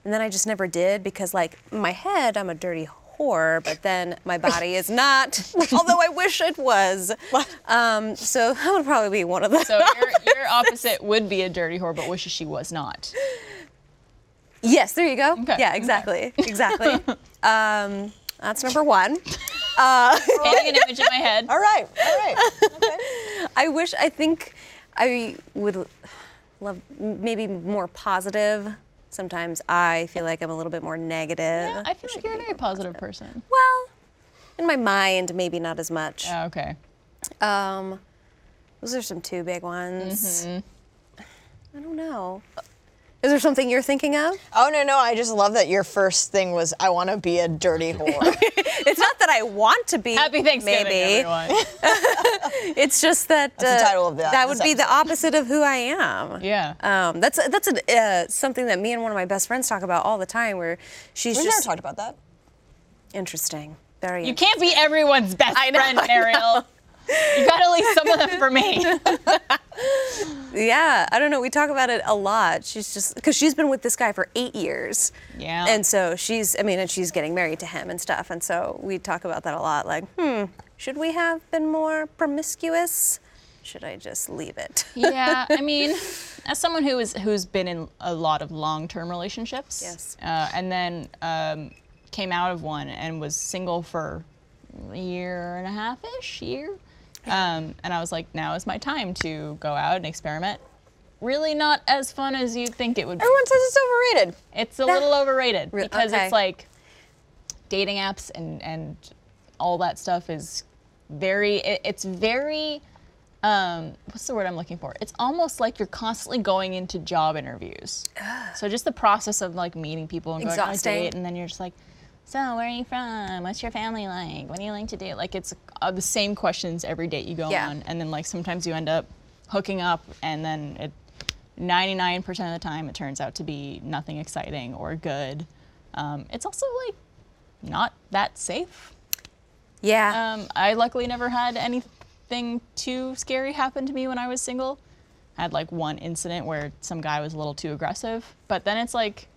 S4: And then I just never did because, like, in my head, I'm a dirty whore, but then my body is
S2: [laughs]
S4: not, although I wish it was. Um, so that would probably be one of those.
S2: So your, your opposite would be a dirty whore, but wishes she was not.
S4: [laughs] yes, there you go.
S2: Okay,
S4: Yeah,
S2: okay.
S4: exactly. Exactly.
S2: [laughs]
S4: um, that's number one.
S2: Painting an image in my head.
S6: All right. All right. [laughs]
S4: I wish. I think I would love maybe more positive. Sometimes I feel like I'm a little bit more negative.
S2: Yeah, I feel like you're a very positive person.
S4: well, in my mind, maybe not as much.
S2: Oh, okay.
S4: Um, those are some two big ones. I don't know. Is there something you're thinking of?
S6: Oh no no! I just love that your first thing was I want to be a dirty whore.
S4: It's not that I want to be.
S2: Happy Thanksgiving,
S4: Maybe
S2: everyone.
S4: it's just that uh,
S6: That's the title of the-
S4: that would
S6: this
S4: be the opposite of who I am.
S2: Yeah.
S4: [laughs] Um, that's that's an, uh, something that me and one of my best friends talk about all the time. Where she's
S6: We've never
S4: just
S6: talked about that.
S4: interesting. Very.
S2: You can't be everyone's best friend, Ariel. You gotta leave some of them for
S4: [laughs]
S2: me.
S4: Yeah, I don't know. We talk about it a lot. She's just because she's been with this guy for eight years.
S2: Yeah.
S4: And so she's, I mean, and she's getting married to him and stuff. And so we talk about that a lot. Like, hmm, should we have been more promiscuous? Should I just leave it?
S2: yeah i mean as someone who is who's been in a lot of long-term relationships
S4: Yes.
S2: uh, and then um, came out of one and was single for a year and a half ish year um, and i was like now is my time to go out and experiment really not as fun as you'd think it would be
S6: Everyone says it's overrated.
S2: it's a little overrated
S4: Re-
S2: because
S4: okay.
S2: it's like dating apps and and all that stuff is very it, it's very um, what's the word I'm looking for? It's almost like you're constantly going into job interviews. so just the process of like meeting people and going on a
S4: Exhausting.
S2: date, and then you're just like, so where are you from? What's your family like? What do you like to do? Like it's uh, the same questions every date you go
S4: Yeah.
S2: on, and then like sometimes you end up hooking up, and then it 99% of the time it turns out to be nothing exciting or good. Um, it's also like not that safe.
S6: Uh,
S4: Yeah.
S2: Um, I luckily never had anything too scary happen to me when I was single. I had like one incident where some guy was a little too aggressive, but then it's like,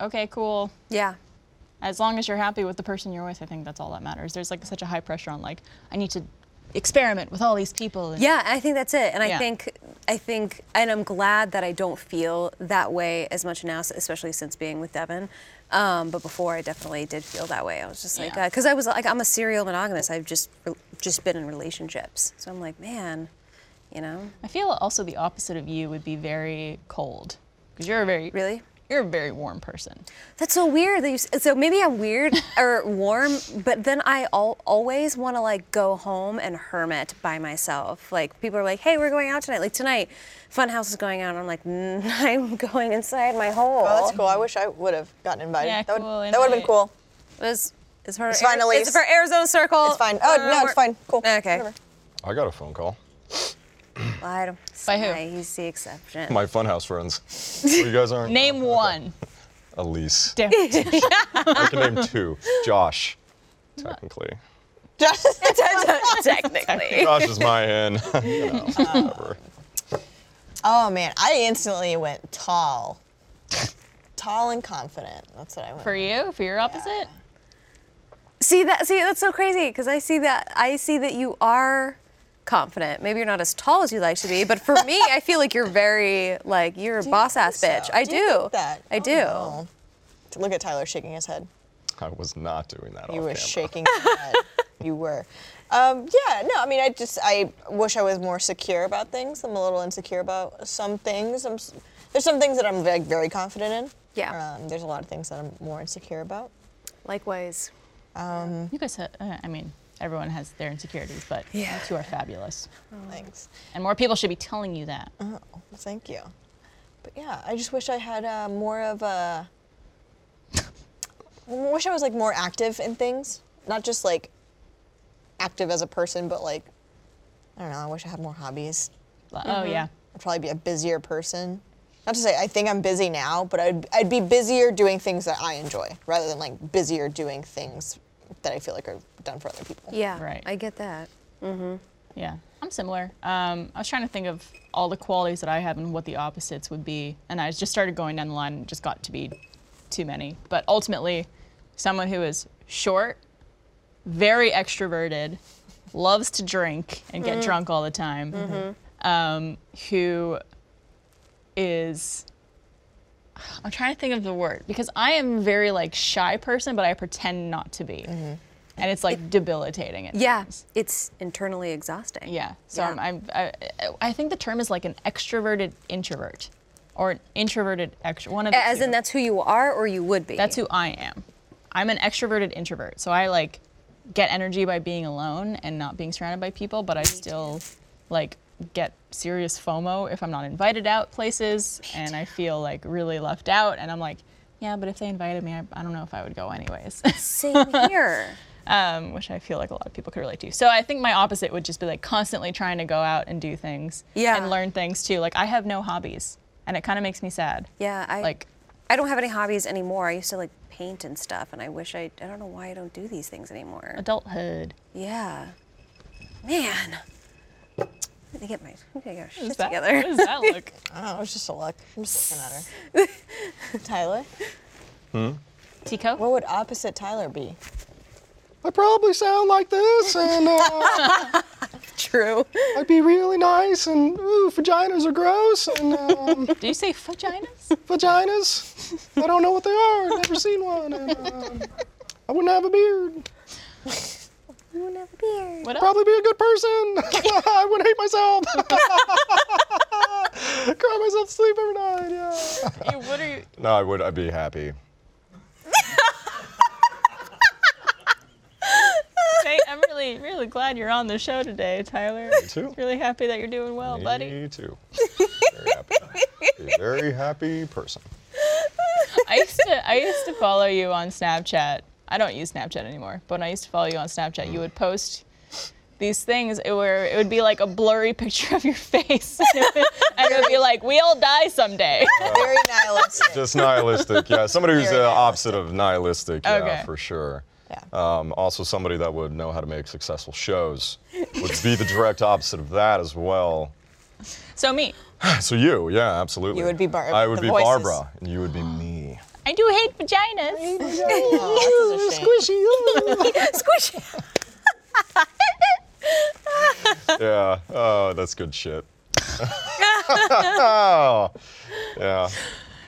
S2: okay, cool.
S4: yeah.
S2: As long as you're happy with the person you're with, I think that's all that matters. There's like such a high pressure on like I need to experiment with all these people. and-
S4: Yeah, I think that's it. And
S2: Yeah.
S4: I think I think and I'm glad that I don't feel that way as much now, s- especially since being with Devin. Um, but before I definitely did feel that way. I was just like
S2: Yeah.
S4: because I was like I'm a serial monogamous. I've just just been in relationships. So I'm like, man, you know,
S2: I feel also the opposite of you would be very cold because you're a very
S4: Really?
S2: you're a very warm person.
S4: that's so weird. That you, s- so maybe I'm
S2: [laughs]
S4: weird or warm, but then I al- always want to like go home and hermit by myself. Like people are like, hey, we're going out tonight. Like tonight, Funhouse is going out. I'm like, "Mm, [laughs] I'm going inside my hole.
S6: Oh, that's cool. I wish I would have gotten invited.
S2: Yeah,
S6: that would,
S2: cool
S6: that would have
S2: invite.
S6: been cool.
S4: It was- It's for
S6: It's fine,
S4: Ari-
S6: Elise.
S4: It's for Arizona Circle.
S6: It's fine. Oh, no, it's fine. Cool.
S4: Okay.
S6: Whatever.
S3: I got a phone call.
S4: Well, I don't.
S2: By who?
S4: I- He's the exception.
S3: My funhouse friends. Well, you guys aren't.
S2: Name
S3: okay.
S2: one.
S3: Elise.
S6: [laughs]
S2: Damn it.
S3: I can name two. Josh,
S6: [laughs]
S3: technically.
S4: Technically.
S3: Josh is my in. [laughs] You
S6: Uh.
S3: know, whatever.
S6: Oh man, I instantly went tall. tall and confident. That's what I went.
S2: For you, for your opposite,
S4: see that? See that's so crazy because I see that I see that you are confident. Maybe you're not as tall as you'd like to be, but for me, I feel like you're very like you're a boss ass bitch. I do.
S6: Do you think that?
S4: I
S6: Oh,
S4: do.
S6: no. Look at Tyler shaking his head.
S3: I was not doing that.
S6: You
S3: off
S6: were
S3: camera.
S6: shaking
S3: [laughs]
S6: your head. You were. Um, yeah, no, I mean, I just, I wish I was more secure about things. I'm a little insecure about some things. I'm, s- there's some things that I'm like very confident in.
S4: Yeah.
S6: Um, there's a lot of things that I'm more insecure about.
S4: Likewise.
S2: you guys. Ha- uh, I mean, everyone has their insecurities, but you two are fabulous,
S6: Thanks.
S2: and more people should be telling you that.
S4: Uh-huh.
S6: Thank you. But yeah, I just wish I had uh, more of a. [laughs] I wish I was like more active in things, not just like active as a person, but like I don't know. I wish I had more hobbies.
S2: Like,
S4: Uh-huh.
S2: Oh yeah.
S6: I'd probably be a busier person. Not to say I think I'm busy now, but I'd I'd be busier doing things that I enjoy rather than like busier doing things that I feel like are done for other people.
S4: Yeah.
S2: Right.
S4: I get that.
S2: Yeah, I'm similar. Um, I was trying to think of all the qualities that I have and what the opposites would be, and I just started going down the line and it just got to be too many. But ultimately, someone who is short, very extroverted, loves to drink and get drunk all the time, um, who is I'm trying to think of the word because I am a very like shy person, but I pretend not to be, and it's like debilitating. At
S4: Yeah.
S2: times.
S4: It's internally exhausting.
S2: Yeah. So
S4: Yeah.
S2: I'm, I'm I, I think the term is like an extroverted introvert, or an introverted extro. One of the
S4: As
S2: two.
S4: in, that's who you are, or you would be.
S2: That's who I am. I'm an extroverted introvert, so I like get energy by being alone and not being surrounded by people, but I still like get serious FOMO if I'm not invited out places and I feel like really left out and I'm like, yeah, but if they invited me, I, I don't know if I would go anyways. [laughs]
S4: Same here.
S2: um, which I feel like a lot of people could relate to. So I think my opposite would just be like constantly trying to go out and do things
S4: Yeah.
S2: and learn things too. Like I have no hobbies, and it kind of makes me sad.
S4: Yeah, I
S2: Like-
S4: I don't have any hobbies anymore. I used to like paint and stuff, and I wish I I don't know why I don't do these things anymore.
S2: Adulthood.
S4: Yeah, man. I need to get my I need to get our shit
S2: Is that,
S4: together.
S2: What does that
S4: [laughs]
S2: look?
S6: I don't know. It's just a look. I'm just looking at her. [laughs] Tyler,
S2: Tico?
S6: what would opposite Tyler be?
S3: I probably sound like this, and
S6: [laughs]
S3: uh,
S4: True.
S3: I'd be really nice, and ooh, vaginas are gross, and um,
S2: Do you say vaginas?
S3: vaginas. I don't know what they are. I've never seen one, and um, I wouldn't have a beard.
S2: What else?
S3: Probably be a good person.
S2: [laughs]
S3: I wouldn't hate myself. [laughs] Cry myself to sleep every night. Yeah.
S2: You- What are you?
S3: No, I would. I'd be happy.
S2: Hey, I'm really, really glad you're on the show today, Tyler.
S3: too.
S2: Really happy that you're doing well, Oh, buddy.
S3: Me too. Very happy. A very happy person.
S2: I used to, I used to follow you on Snapchat. I don't use Snapchat anymore, but when I used to follow you on Snapchat, you would post these things where it would be like a blurry [laughs] picture of your face, [laughs] and it would be like, "We all die someday."
S6: Very nihilistic.
S3: Just nihilistic.
S6: [laughs]
S3: Yeah, somebody who's
S6: Very
S3: the
S6: nihilistic.
S3: opposite of nihilistic. Yeah,
S2: Okay.
S3: for sure.
S6: Yeah.
S3: Um, also, somebody that would know how to make successful shows would be the direct opposite of that as well.
S2: So me,
S3: So you, yeah, absolutely.
S6: You would be Bar-
S3: I would
S6: the
S3: be
S6: voices.
S3: Barbara, and you would be
S6: [gasps]
S3: me.
S2: I do hate vaginas. [laughs]
S6: Oh, that's such a shame.
S4: Squish.
S3: yeah. Oh, that's good
S6: [laughs]
S3: shit. oh, yeah.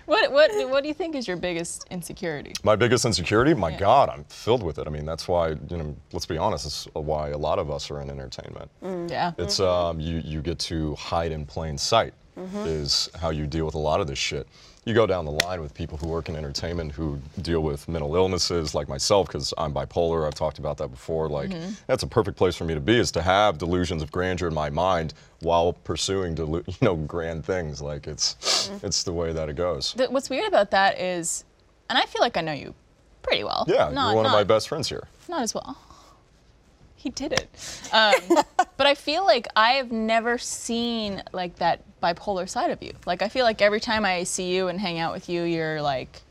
S2: What what what do you think is your biggest insecurity?
S3: My biggest insecurity? My God, I'm filled with it. I mean, that's why, you know, let's be honest, it's why a lot of us are in entertainment.
S2: Yeah.
S3: It's um, you you get to hide in plain sight
S2: Mm-hmm.
S3: is how you deal with a lot of this shit. You go down the line with people who work in entertainment who deal with mental illnesses, like myself, because I'm bipolar. I've talked about that before. Like
S2: Mm-hmm.
S3: that's a perfect place for me to be is to have delusions of grandeur in my mind while pursuing delu- [laughs] you know grand things. Like it's
S2: Mm-hmm.
S3: it's the way that it goes.
S2: The, what's weird about that is, and I feel like I know you pretty well.
S3: Yeah,
S2: not,
S3: you're one of
S2: not-
S3: my best friends here.
S2: Not as well. He did it. Um, but I feel like I have never seen like that bipolar side of you. Like I feel like every time I see you and hang out with you, you're like,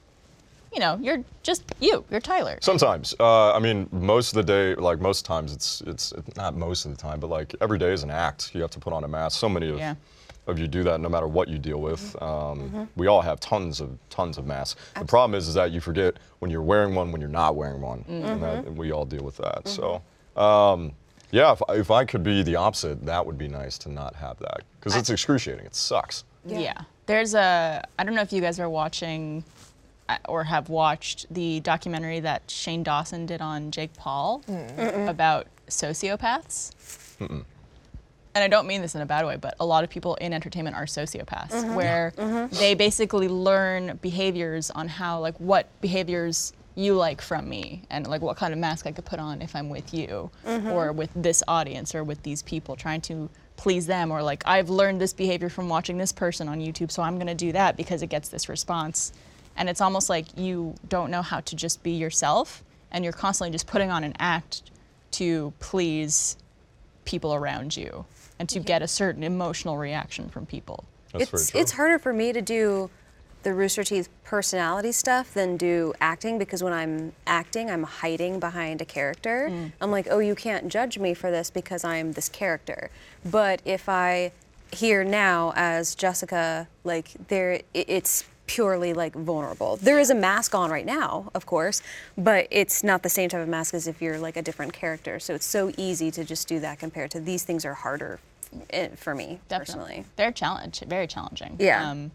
S2: you know, you're just you. You're Tyler.
S3: Sometimes, uh, I mean, most of the day, like most times, it's it's not most of the time, but like every day is an act. You have to put on a mask. So many of,
S2: Yeah.
S3: of you do that, no matter what you deal with.
S4: Mm-hmm.
S3: Um, We all have tons of tons of masks. The problem is, is that you forget when you're wearing one, when you're not wearing one,
S4: Mm-hmm.
S3: and, that, and we all deal with that. So, um, yeah, if, if I could be the opposite, that would be nice to not have that because it's excruciating. It sucks.
S2: Yeah. There's a, I don't know if you guys are watching uh, or have watched the documentary that Shane Dawson did on Jake Paul about sociopaths. And I don't mean this in a bad way, but a lot of people in entertainment are sociopaths, where they basically learn behaviors on how, like, what behaviors you like from me, and like what kind of mask I could put on if I'm with you, or with this audience, or with these people, trying to please them, or like I've learned this behavior from watching this person on YouTube, so I'm gonna do that because it gets this response. And it's almost like you don't know how to just be yourself, and you're constantly just putting on an act to please people around you and
S4: Mm-hmm.
S2: to get a certain emotional reaction from people.
S3: That's very
S4: it's
S3: true.
S4: it's harder for me to do the Rooster Teeth personality stuff than do acting because when I'm acting, I'm hiding behind a character. I'm like, oh, you can't judge me for this because I'm this character. But if I here now as Jessica, like there, i- it's purely like vulnerable. There is a mask on right now, of course, but it's not the same type of mask as if you're like a different character. So it's so easy to just do that compared to these things are harder eh, for me personally.
S2: They're challenge, very challenging. Um,
S4: Yeah.
S2: and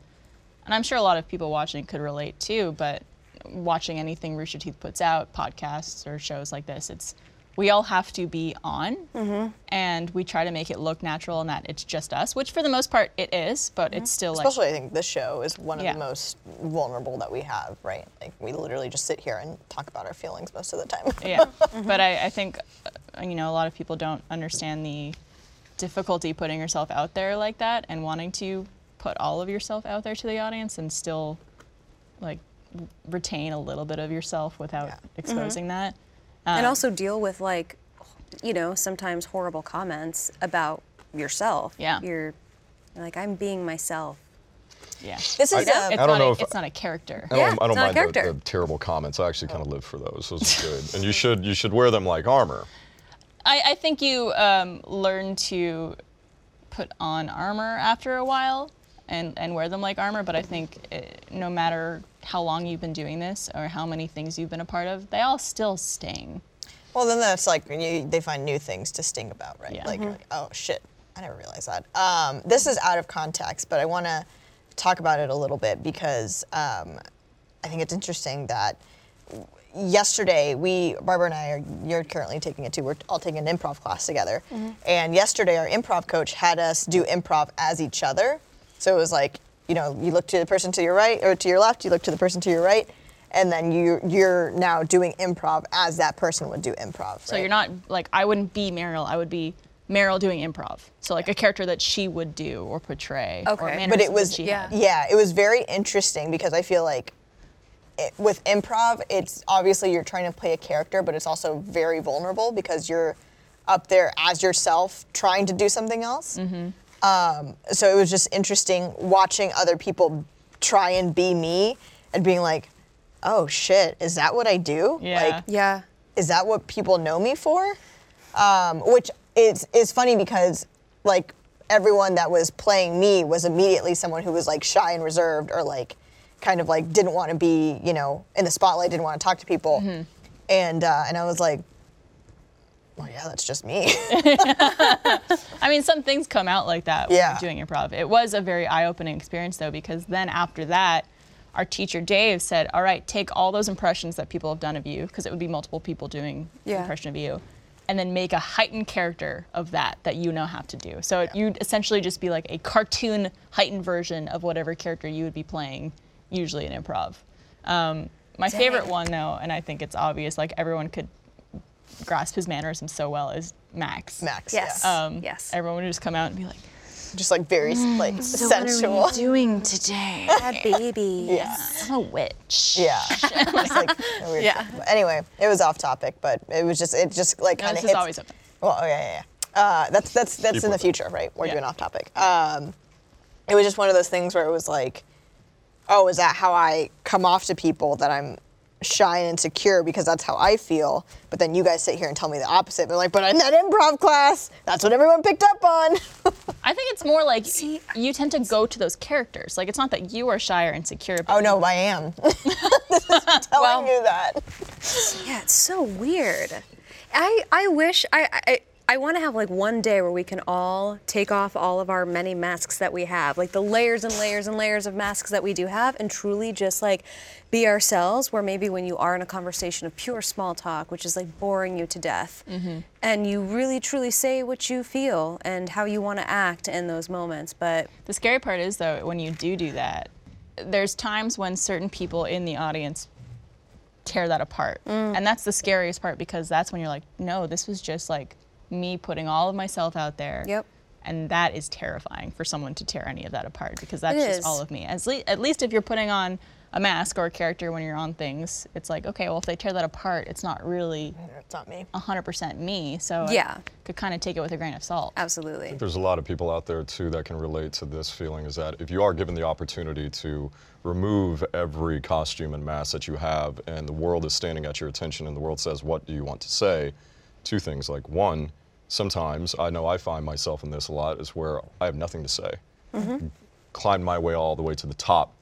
S2: I'm sure a lot of people watching could relate too, but watching anything Rooster Teeth puts out, podcasts or shows like this, it's we all have to be on
S4: Mm-hmm.
S2: and we try to make it look natural and that it's just us, which for the most part it is, but
S4: Mm-hmm.
S2: it's still like
S6: Especially, I think this show is one of
S2: Yeah.
S6: the most vulnerable that we have, right? Like, we literally just sit here and talk about our feelings most of the time.
S2: yeah. But I, I think, uh, you know, a lot of people don't understand the difficulty putting yourself out there like that and wanting to put all of yourself out there to the audience and still, like, w- retain a little bit of yourself without exposing
S3: Mm-hmm.
S2: that. Oh.
S4: and also deal with like you know sometimes horrible comments about yourself
S2: Yeah.
S4: you're like i'm being myself
S2: Yeah.
S6: This is
S2: It's
S6: um,
S3: don't
S2: not
S3: know
S2: a,
S3: if-
S2: it's not a character.
S3: I don't,
S4: Yeah,
S3: I don't
S4: it's not a
S3: mind the,
S4: character. Oh.
S3: the terrible comments. I actually kind of live for those. Those are good. and you should you should wear them like armor.
S2: I, I think you um, learn to put on armor after a while and, and wear them like armor, but I think eh, no matter how long you've been doing this or how many things you've been a part of, they all still sting.
S6: Well, then that's like when you, they find new things to sting about, right? Like, you're like, oh shit, I never realized that. Um, this is out of context, but I want to talk about it a little bit because um, I think it's interesting that yesterday we Barbara and I are you're currently taking it too. We're all taking an improv class together, and yesterday our improv coach had us do improv as each other. So it was like you know you look to the person to your right or to your left, you look to the person to your right, and then you you're now doing improv as that person would do improv.
S2: So you're not like I wouldn't be Meryl. I would be Meryl doing improv. So like a character that she would do or portray.
S4: Okay. But
S2: Or
S4: it
S2: mannerisms
S6: but it
S2: that
S6: was
S2: she
S6: yeah.
S2: had.
S6: it was very interesting because I feel like it, with improv, it's obviously you're trying to play a character, but it's also very vulnerable because you're up there as yourself trying to do something else. Um, so it was just interesting watching other people try and be me and being like, "Oh shit, is that what I do?"
S2: Yeah.
S6: Like,
S4: yeah
S6: is that what people know me for? Um, which is is funny because like everyone that was playing me was immediately someone who was like shy and reserved or like kind of like didn't want to be
S4: Mm-hmm.
S6: you know in the spotlight, didn't want to talk to people, and uh, and I was like, well, yeah, that's just me. [laughs]
S2: I mean, some things come out like that when
S6: Yeah.
S2: you're doing improv. It was a very eye-opening experience though, because then after that, our teacher Dave said, "All right, take all those impressions that people have done of you, because it would be multiple people doing an
S4: Yeah.
S2: impression of you, and then make a heightened character of that that you now have to do. So you'd essentially just be like a cartoon heightened version of whatever character you would be playing, usually in improv. Um, my favorite one though, and I think it's obvious, like everyone could grasp his mannerisms so well, is Max.
S6: Max.
S4: Yes.
S6: yeah.
S2: Um,
S4: yes.
S2: Everyone would just come out and be like,
S6: Just like very like
S4: Mm. so [laughs]
S6: sensual. [laughs]
S4: What are we doing
S2: [laughs]
S4: today? Bad baby. Yes.
S2: I'm a witch.
S6: Yeah. It's like a weird
S4: Yeah.
S6: thing. But Anyway, it was off topic, but it was just it just like
S2: No,
S6: kind
S2: this
S6: of
S2: is
S6: hits.
S2: always up.
S6: Well, oh, yeah, yeah, yeah. Uh, that's that's that's
S3: Keep
S6: in the
S3: with it.
S6: future, right? We're
S2: Yeah.
S6: doing off topic. Um, it was just one of those things where it was like, oh, is that how I come off to people that I'm shy and insecure because that's how I feel? But then you guys sit here and tell me the opposite. They're like, but in that improv class, that's what everyone picked up on.
S2: I think it's more like you tend to go to those characters. Like it's not that you are shy or insecure. But
S6: oh no, I am. [laughs] this is telling you that.
S4: Yeah, it's so weird. I I wish I I, I want to have like one day where we can all take off all of our many masks that we have, like the layers and layers and layers of masks that we do have, and truly just like be ourselves. Where maybe when you are in a conversation of pure small talk, which is like boring you to death,
S2: Mm-hmm.
S4: and you really truly say what you feel and how you want to act in those moments, but.
S2: The scary part is though when you do do that, there's times when certain people in the audience tear that apart,
S4: Mm.
S2: and that's the scariest part because that's when you're like, no, this was just like me putting all of myself out there.
S4: Yep.
S2: And that is terrifying for someone to tear any of that apart because that's
S4: It
S2: just
S4: is.
S2: all of me. As le- at least if you're putting on a mask or a character when you're on things, it's like, okay, well, if they tear that apart, it's not really
S6: It's not me.
S2: 100% me. So I
S4: Yeah.
S2: could kind of take it with a grain of salt.
S4: Absolutely.
S3: There's a lot of people out there too that can relate to this feeling is that if you are given the opportunity to remove every costume and mask that you have and the world is standing at your attention and the world says what do you want to say two things like one sometimes I know I find myself in this a lot is where I have nothing to say climb my way all the way to the top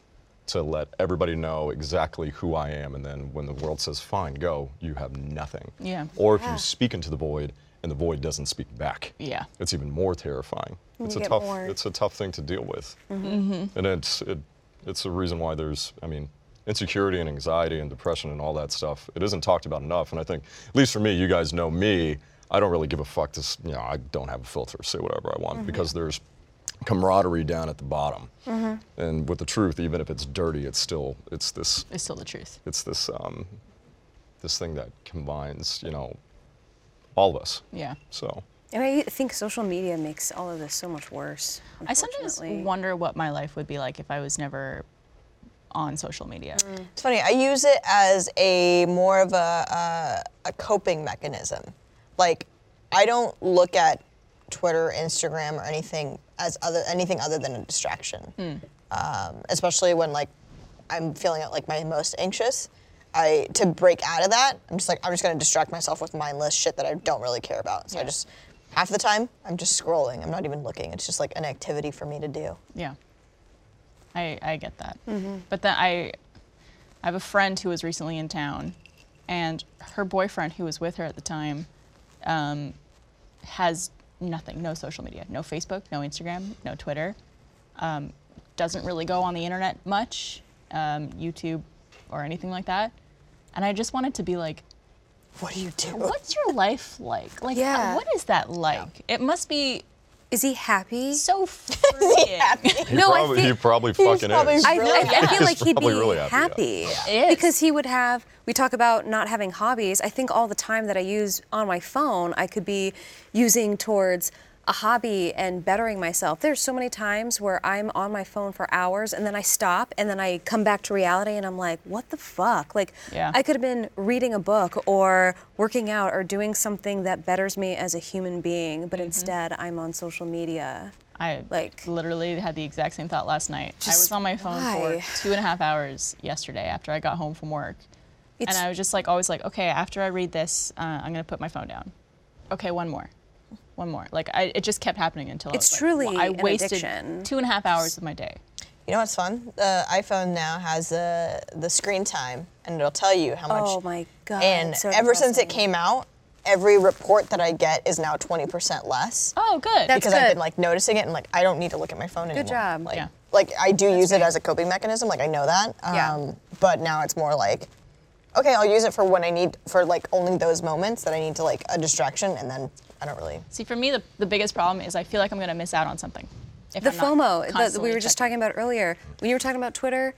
S3: to let everybody know exactly who I am. And then when the world says, fine, go, you have nothing.
S2: Yeah.
S3: Or if you speak into the void and the void doesn't speak back.
S2: Yeah.
S3: It's even more terrifying. It's a
S4: get
S3: tough
S4: bored.
S3: it's a tough thing to deal with.
S2: Mm-hmm.
S3: And it's it, it's the reason why there's I mean insecurity and anxiety and depression and all that stuff. It isn't talked about enough and I think at least for me you guys know me, I don't really give a fuck to s- you know, I don't have a filter, say whatever I
S4: Mm-hmm.
S3: want because there's camaraderie down at the bottom.
S4: Mm-hmm.
S3: And with the truth, even if it's dirty, it's still it's this
S2: It's still the truth.
S3: it's this um, this thing that combines you know all of us.
S2: Yeah.
S3: So
S4: And I think social media makes all of this so much worse.
S2: I sometimes
S4: unfortunately.
S2: wonder what my life would be like if I was never on social media.
S6: It's funny. I use it as a more of a uh, a coping mechanism. Like I don't look at Twitter, Instagram, or anything as other anything other than a distraction. Um, especially when like I'm feeling like my most anxious. I to break out of that, I'm just like I'm just gonna distract myself with mindless shit that I don't really care about. So I just half the time I'm just scrolling. I'm not even looking. It's just like an activity for me to do.
S2: Yeah. I, I get that. But then I, I have a friend who was recently in town, and her boyfriend, who was with her at the time, um, has nothing no social media, no Facebook, no Instagram, no Twitter, um, doesn't really go on the internet much, um, YouTube or anything like that. And I just wanted to be like,
S6: What do you do?
S2: what's your life like? Like,
S4: Yeah.
S2: what is that like? It must be
S4: Is he happy? [laughs]
S2: so freeing.
S3: he
S4: No, I
S3: probably
S4: think-
S3: he probably fucking
S6: probably
S3: is.
S4: I,
S6: [laughs] really
S4: I, I
S6: happy.
S4: feel like
S3: He's
S4: he'd be
S3: probably really happy,
S4: happy
S2: It is.
S4: because he would have. We talk about not having hobbies. I think all the time that I use on my phone, I could be using towards a hobby and bettering myself. There's so many times where I'm on my phone for hours and then I stop and then I come back to reality and I'm like, what the fuck? Like,
S2: Yeah.
S4: I could have been reading a book or working out or doing something that betters me as a human being,
S6: Mm-hmm.
S4: but instead I'm on social media.
S2: I
S4: Like-
S2: literally had the exact same thought last night. I was
S4: Just
S2: on my phone
S4: why?
S2: for two and a half hours yesterday after I got home from work,
S4: It's-
S2: and I was just like always like, okay, after I read this, uh, I'm gonna put my phone down. Okay, one more, one more. Like I, it just kept happening until I
S4: It's
S2: was like,
S4: truly
S2: "Wa- I
S4: an
S2: wasted
S4: addiction.
S2: two and a half hours of my day.
S6: You know what's fun? The iPhone now has uh, the screen time, and it'll tell you how much.
S4: Oh my God,
S6: And
S4: so
S6: ever since it
S4: depressing.
S6: came out, every report that I get is now 20% less.
S2: Oh, good.
S4: That's
S6: because I've
S4: good.
S6: been like noticing it and like I don't need to look at my phone anymore.
S4: job.
S6: Like,
S2: Yeah.
S6: like I do use it as a coping mechanism. Like I know that. Um,
S4: Yeah.
S6: But now it's more like, okay, I'll use it for when I need for like only those moments that I need to like a distraction, and then I don't really.
S2: See, for me, the, the biggest problem is I feel like I'm going to miss out on something. If
S4: the
S2: I'm not
S4: FOMO that we
S2: constantly
S4: were just
S2: checking.
S4: talking about earlier. When you were talking about Twitter,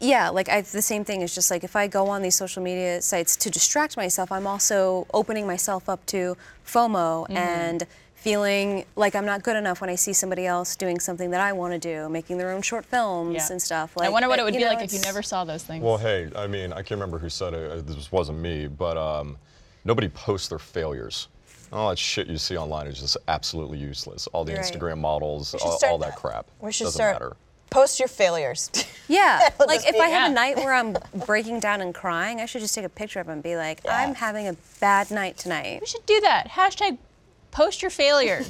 S4: yeah, like I, the same thing is just like if I go on these social media sites to distract myself, I'm also opening myself up to FOMO
S2: Mm-hmm.
S4: and feeling like I'm not good enough when I see somebody else doing something that I want to do, making their own short films
S2: Yeah.
S4: and stuff.
S2: I wonder what it would
S4: you
S2: be
S4: know,
S2: like if you
S4: [laughs] it's-
S2: never [laughs] saw those things.
S3: Well, hey, I mean, I can't remember who said it. uh, This wasn't me, but um, nobody posts their failures. All that shit you see online is just absolutely useless. All the
S4: Right.
S3: Instagram models, all,
S6: start
S3: all that
S6: that.
S3: crap.
S6: We should
S3: Doesn't
S6: start.
S3: matter.
S6: Post
S4: [laughs]
S6: your failures.
S4: Yeah,
S6: It'll
S4: like
S6: just
S4: if
S6: be-
S4: I have a
S2: yeah.
S4: night
S2: [laughs]
S4: where I'm breaking down and crying, I should just take a picture of it and be like, I'm having a bad night tonight.
S2: we should do that. Hashtag post your
S4: [laughs]
S2: failure.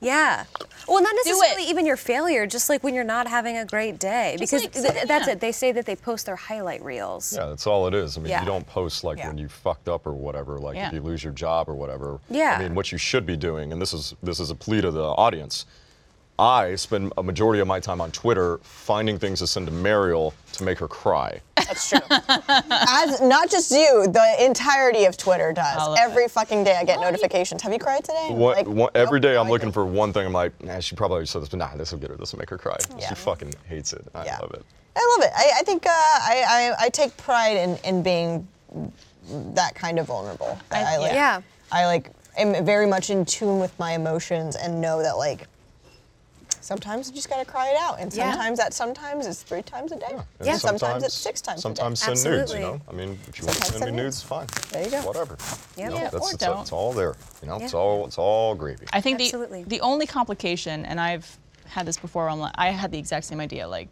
S4: Yeah. Well, not
S2: it.
S4: necessarily even your failure, just like when you're not having a great day. because
S2: like
S4: th-
S2: something,
S4: that's
S2: yeah.
S4: it. They say that they post their highlight reels.
S3: Yeah, that's all it is. I mean,
S4: Yeah.
S3: you don't post like
S6: Yeah.
S3: when you fucked up or whatever, like
S2: Yeah.
S3: if you lose your job or whatever.
S4: Yeah.
S3: I mean, what you should be doing, and this is this is a plea to the audience. I spend a majority of my time on Twitter finding things to send to Mariel to make her cry.
S6: That's
S2: [laughs]
S6: true. As not just you, the entirety of Twitter does.
S2: love
S6: Every fucking day I get notifications. Have you cried today?
S3: What,
S6: Like,
S3: one, every
S6: nope,
S3: day I'm
S6: I
S3: looking
S6: didn't.
S3: for one thing. I'm like, nah, she probably said this, but nah, this will get her. This will make her cry. She fucking hates it. I
S6: Yeah.
S3: love it.
S6: I love it. I, I think uh, I, I, I take pride in, in being that kind of vulnerable. I, I like,
S4: yeah.
S6: I like am very much in tune with my emotions and know that like sometimes you just gotta cry it out, and
S4: Yeah.
S6: sometimes that sometimes is three times a day,
S3: And
S6: and sometimes, it's six times.
S3: Sometimes
S6: a day.
S3: send nudes, you
S4: Absolutely.
S3: know? I mean, if you want to
S6: Sometimes
S3: send me
S6: send
S3: nudes,
S6: nudes.
S3: fine.
S6: There you go.
S3: Whatever.
S4: Yeah.
S3: know,
S4: Yeah,
S3: that's,
S2: or
S3: it's, all-
S2: don't.
S3: it's all there. You know, it's
S4: Yeah.
S3: all it's all gravy.
S2: I think
S4: Absolutely.
S2: the the only complication, and I've had this before. where I'm like, I had the exact same idea. Like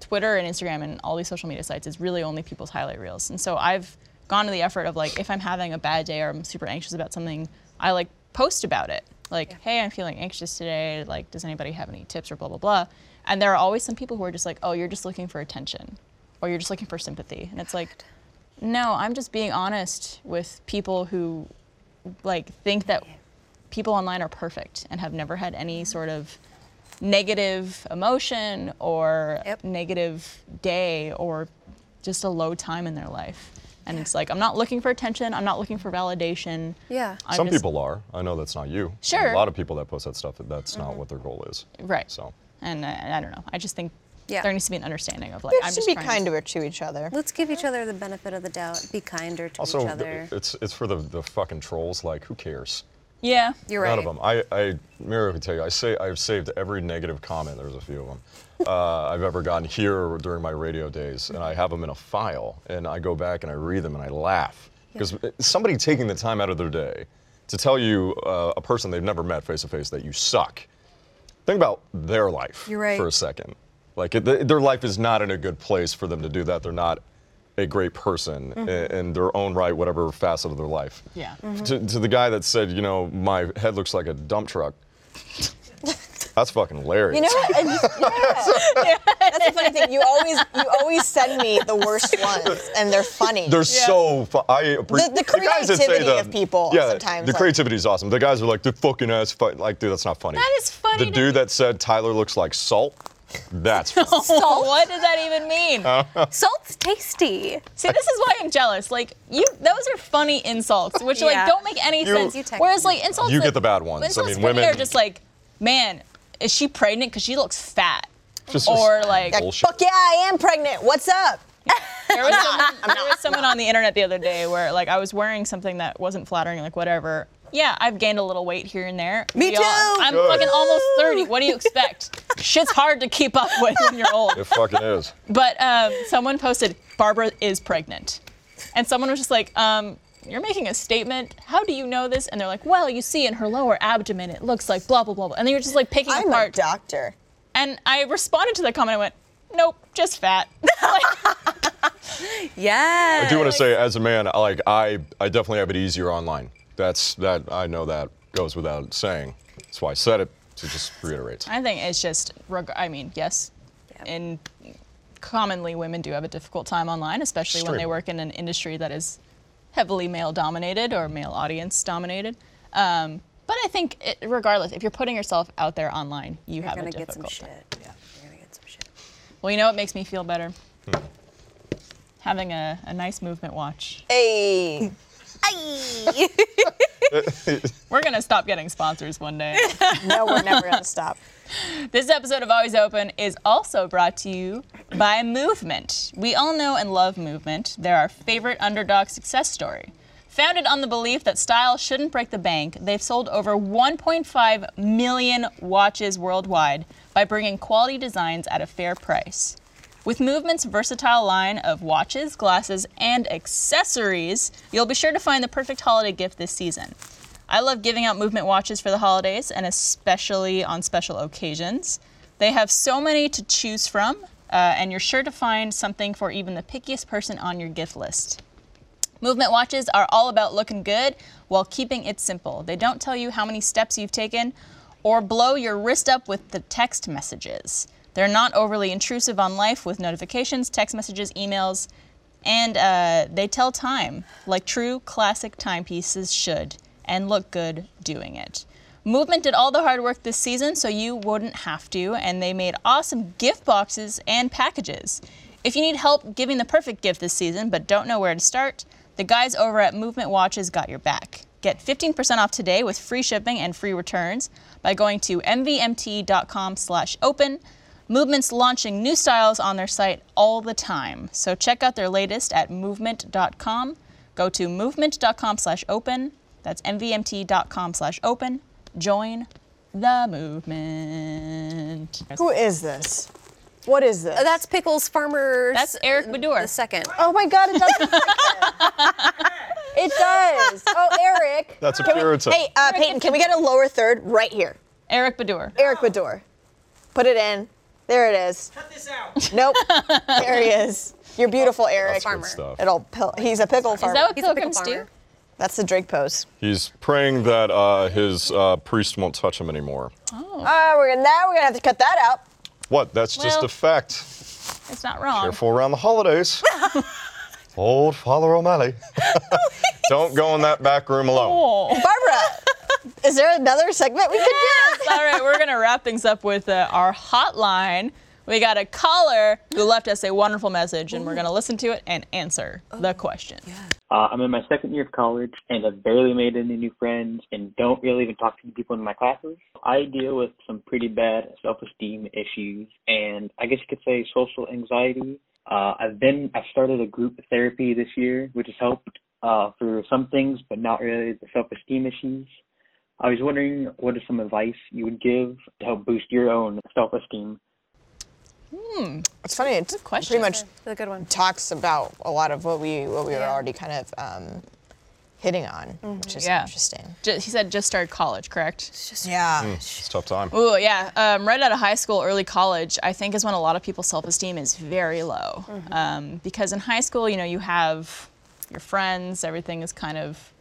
S2: Twitter and Instagram and all these social media sites is really only people's highlight reels. And so I've gone to the effort of like, if I'm having a bad day or I'm super anxious about something, I like post about it. Like, hey, I'm feeling anxious today. Like, does anybody have any tips or blah blah blah? And there are always some people who are just like, oh, you're just looking for attention, or you're just looking for sympathy. And it's like, no, I'm just being honest with people who like think that people online are perfect and have never had any sort of negative emotion or
S4: Yep.
S2: negative day or just a low time in their life. And it's like I'm not looking for attention. I'm not looking for validation.
S4: Yeah.
S2: I'm
S3: Some
S2: just-
S3: people are. I know that's not you.
S2: Sure. Mm-hmm.
S3: A lot of people that post that stuff, that's
S6: Mm-hmm.
S3: not what their goal is.
S2: right.
S3: So.
S2: and uh, I, I don't know. I just think
S4: Yeah.
S2: there needs to be an understanding of like
S6: We
S2: I'm
S6: should
S2: just
S6: be
S2: trying
S6: kind
S2: to,
S6: to to each other.
S4: Let's give each other the benefit of the doubt. Be kinder to
S3: Also,
S4: each
S3: th-
S4: other.
S3: it's it's for the, the fucking trolls. Like, who cares?
S2: Yeah.
S4: You're right.
S3: None of them. I, I Mira could tell you. I say I've saved every negative comment. There's a few of
S4: [laughs]
S3: them uh, I've ever gotten here during my radio days, and I have them in a file, and I go back and I read them and I laugh because somebody taking the time out of their day to tell you uh, a person they've never met face to face that you suck. Think about their life
S4: You're right.
S3: for a second. Like it, th- their life is not in a good place for them to do that. They're not a great person
S6: Mm-hmm.
S3: i- in their own right, whatever facet of their life
S2: Yeah.
S3: to, to the guy that said, you know, my head looks like a dump
S6: [laughs]
S3: truck. That's fucking hilarious.
S6: You know what? And- yeah. That's the funny thing. You always you always send me the
S2: [laughs]
S6: worst ones, and they're funny.
S3: They're so fu- I appre-
S6: The- the
S3: guys that say
S6: creativity
S3: the-
S6: of people
S3: Yeah,
S6: sometimes,
S3: the
S6: like-
S3: creativity is awesome. The guys are like, the fucking ass, fu-. like, dude, that's not funny.
S2: That is funny
S3: The
S2: to
S3: dude
S2: me.
S3: that said Tyler looks like salt. That's
S6: [laughs]
S3: funny.
S2: [laughs] what does that even mean?
S4: Salt's tasty.
S2: See, this is why I'm jealous. Like you, those are funny insults, which like
S4: Yeah.
S2: don't make any
S3: You-
S2: sense.
S4: You text
S2: Whereas
S4: me.
S2: like insults,
S3: You
S2: like-
S3: get the bad ones. I
S2: Insults
S3: mean,
S2: for me
S3: women-
S2: are just like, man, is she pregnant? Because she looks fat.
S3: Just-
S2: or like,
S3: bullshit.
S6: Fuck yeah, I am pregnant. What's up?
S2: there was, someone, there was someone on the internet the other day where like I was wearing something that wasn't flattering, like whatever. Yeah, I've gained a little weight here and there.
S6: Me
S2: We all-
S6: too.
S2: I'm
S3: Good.
S2: fucking almost 30. What do you
S4: [laughs]
S2: expect? Shit's hard to keep up with when you're old.
S3: It fucking is.
S2: But um, someone posted, Barbara is pregnant. And someone was just like, um, You're making a statement. How do you know this? And they're like, Well, you see in her lower abdomen, it looks like blah, blah, blah. blah. And they were just like picking
S6: I'm a
S2: apart.
S6: doctor.
S2: and I responded to that comment. I went, Nope, just
S6: [laughs]
S2: fat. like,
S4: Yeah.
S3: I do want to say, as a man, I- like I, I definitely have it easier online. That's that I know that goes without saying. That's why I said it to just reiterate.
S2: I think it's just, reg- I mean, yes,
S4: Yeah.
S2: in commonly women do have a difficult time online, especially when
S3: Extremely.
S2: they work in an industry that is heavily male dominated or male audience dominated. Um, but I think, it, regardless, if you're putting yourself out there online, you
S4: You're
S2: have a
S4: gonna
S2: difficult
S4: get some
S2: time.
S4: shit. Yeah. You're gonna get some shit.
S2: Well, you know what makes me feel better? Having a, a nice movement watch.
S6: Hey.
S2: We're going to stop getting sponsors one
S4: [laughs]
S2: day.
S6: No, we're never
S2: [laughs]
S6: gonna stop.
S2: This episode of Always Open is also brought to you by Movement. We all know and love Movement. They're our favorite underdog success story. Founded on the belief that style shouldn't break the bank, they've sold over 1.5 million watches worldwide by bringing quality designs at a fair price. With Movement's versatile line of watches, glasses, and accessories, you'll be sure to find the perfect holiday gift this season. I love giving out movement watches for the holidays and especially on special occasions. They have so many to choose from, uh, and you're sure to find something for even the pickiest person on your gift list. Movement watches are all about looking good while keeping it simple. They don't tell you how many steps you've taken or blow your wrist up with the text messages. They're not overly intrusive on life with notifications, text messages, emails, and uh, they tell time like true classic timepieces should and look good doing it. Movement did all the hard work this season so you wouldn't have to, and they made awesome gift boxes and packages. If you need help giving the perfect gift this season but don't know where to start, the guys over at Movement Watches got your back. Get 15% off today with free shipping and free returns by going to mvmt.com/open. Movement's launching new styles on their site all the time. So check out their latest at movement.com. Go to movement.com slash open. That's mvmt.com slash open. Join the movement.
S6: Who is this? What is this?
S4: Uh, That's Pickles Farmer.
S2: That's Eric Bedour.
S4: The second.
S6: oh my god, it does. look like it. it does. Oh, Eric.
S3: That's a Puritan.
S6: Hey, uh, Peyton, can we get a lower third right here?
S2: Eric Bedour.
S6: Eric Bador. Put it in. There it is.
S7: Cut this out.
S6: [laughs] Nope. there he is. You're beautiful, Eric.
S3: That's good stuff.
S6: It'll. Pil- he's a pickle farmer.
S2: Oh, Is that what
S4: He's a pickle
S2: pilgrims do?
S4: farmer.
S6: That's the Drake pose.
S3: He's praying that uh, his uh, priest won't touch him anymore.
S2: Oh.
S6: Ah, we're gonna, now we're gonna have to cut that out.
S3: What? That's just
S2: Well- Um.
S3: a fact.
S2: It's not wrong.
S3: Careful around
S2: [laughs]
S3: the holidays. Old Father O'Malley. [laughs] Don't go in that back room alone.
S2: Oh.
S6: Barbara, is there another segment we could
S2: [laughs]
S6: do?
S2: All right, we're going to wrap things up with uh, our hotline. We got a caller who left us a wonderful message, and we're going to listen to it and answer
S4: Oh,
S2: the question.
S8: Uh, I'm in my second year of college and I've barely made any new friends and don't really even talk to the people in my classes. I deal with some pretty bad self esteem issues and I guess you could say social anxiety. Uh, I've been, I started a group therapy this year, which has helped uh, for some things, but not really the self esteem issues. I was wondering what is some advice you would give to help boost your own self esteem?
S6: It's funny. It's
S2: question.
S6: pretty much
S4: The good one.
S6: talks about a lot of what we what we were
S4: Yeah.
S6: already kind of um, hitting on, which is
S2: Yeah.
S6: interesting.
S2: Ju- he said just started college, correct?
S6: Yeah.
S3: It's a tough time.
S2: Ooh, yeah. Um, right out of high school, early college, I think is when a lot of people's self-esteem is very low.
S6: Mm-hmm.
S2: Um, because in high school, you know, you have your friends, everything is kind of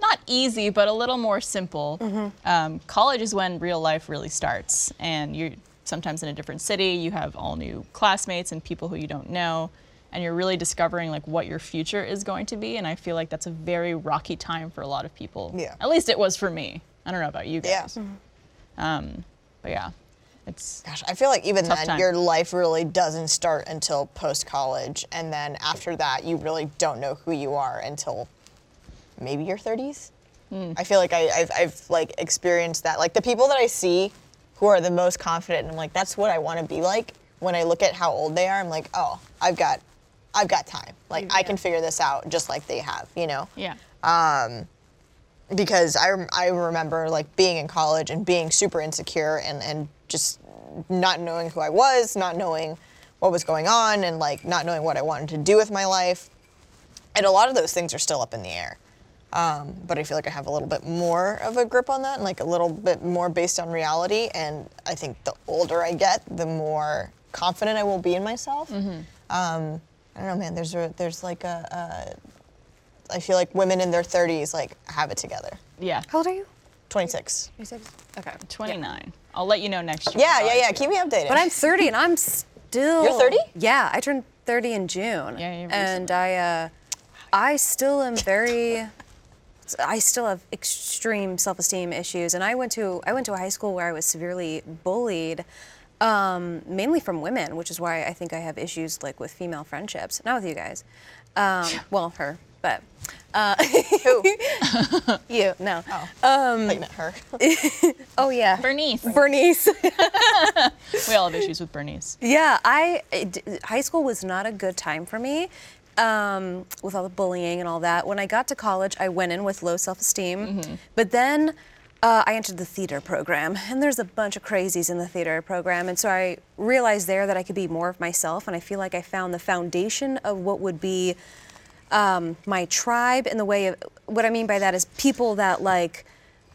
S2: not easy, but a little more simple.
S6: Mm-hmm.
S2: Um, college is when real life really starts, and you're sometimes in a different city. You have all new classmates and people who you don't know, and you're really discovering like what your future is going to be. And I feel like that's a very rocky time for a lot of people.
S6: Yeah.
S2: At least it was for me. I don't know about you guys.
S6: Yeah.
S2: But yeah, it's
S6: Gosh, I feel like even
S2: Tough
S6: then,
S2: time.
S6: your life really doesn't start until post college, and then after that, you really don't know who you are until maybe your 30s.
S2: Hmm.
S6: I feel like I, I've, I've like experienced that. Like the people that I see who are the most confident, and I'm like, that's what I want to be like. When I look at how old they are, I'm like, oh, I've got, I've got time. Like
S2: Hmm.
S6: I can figure this out just like they have, you know
S2: yeah.
S6: because I, rem- I remember like being in college and being super insecure and, and just not knowing who I was, not knowing what was going on, and like not knowing what I wanted to do with my life. And a lot of those things are still up in the air. Um, but I feel like I have a little bit more of a grip on that and like a little bit more based on reality. And I think the older I get, the more confident I will be in myself. Um, I don't know, man. There's a, there's like a, a I feel like women in their 30s like have it together.
S2: Yeah.
S4: How old are you?
S6: 26.
S4: 26? Okay.
S2: 29. I'll let you know next year.
S6: Yeah,
S2: how
S6: yeah,
S2: I
S6: yeah.
S2: feel.
S6: Keep me updated.
S4: But I'm 30 and I'm still.
S6: You're 30?
S4: Yeah, I turned 30 in June.
S2: Yeah, you
S4: And I, uh, I still am very. I still have extreme self-esteem issues, and I went to I went to a high school where I was severely bullied, um, mainly from women, which is why I think I have issues like with female friendships, not with you guys. Um, well, her, but uh,
S6: Who?
S4: [laughs] you no.
S6: [laughs] Like, not her.
S4: Oh yeah,
S2: Bernice.
S4: Bernice.
S2: we all have issues with Bernice.
S4: Yeah, I it- high school was not a good time for me. Um, with all the bullying and all that. When I got to college, I went in with low self-esteem, but then uh, I entered the theater program, and there's a bunch of crazies in the theater program, and so I realized there that I could be more of myself, and I feel like I found the foundation of what would be um, my tribe in the way of what I mean by that is people that like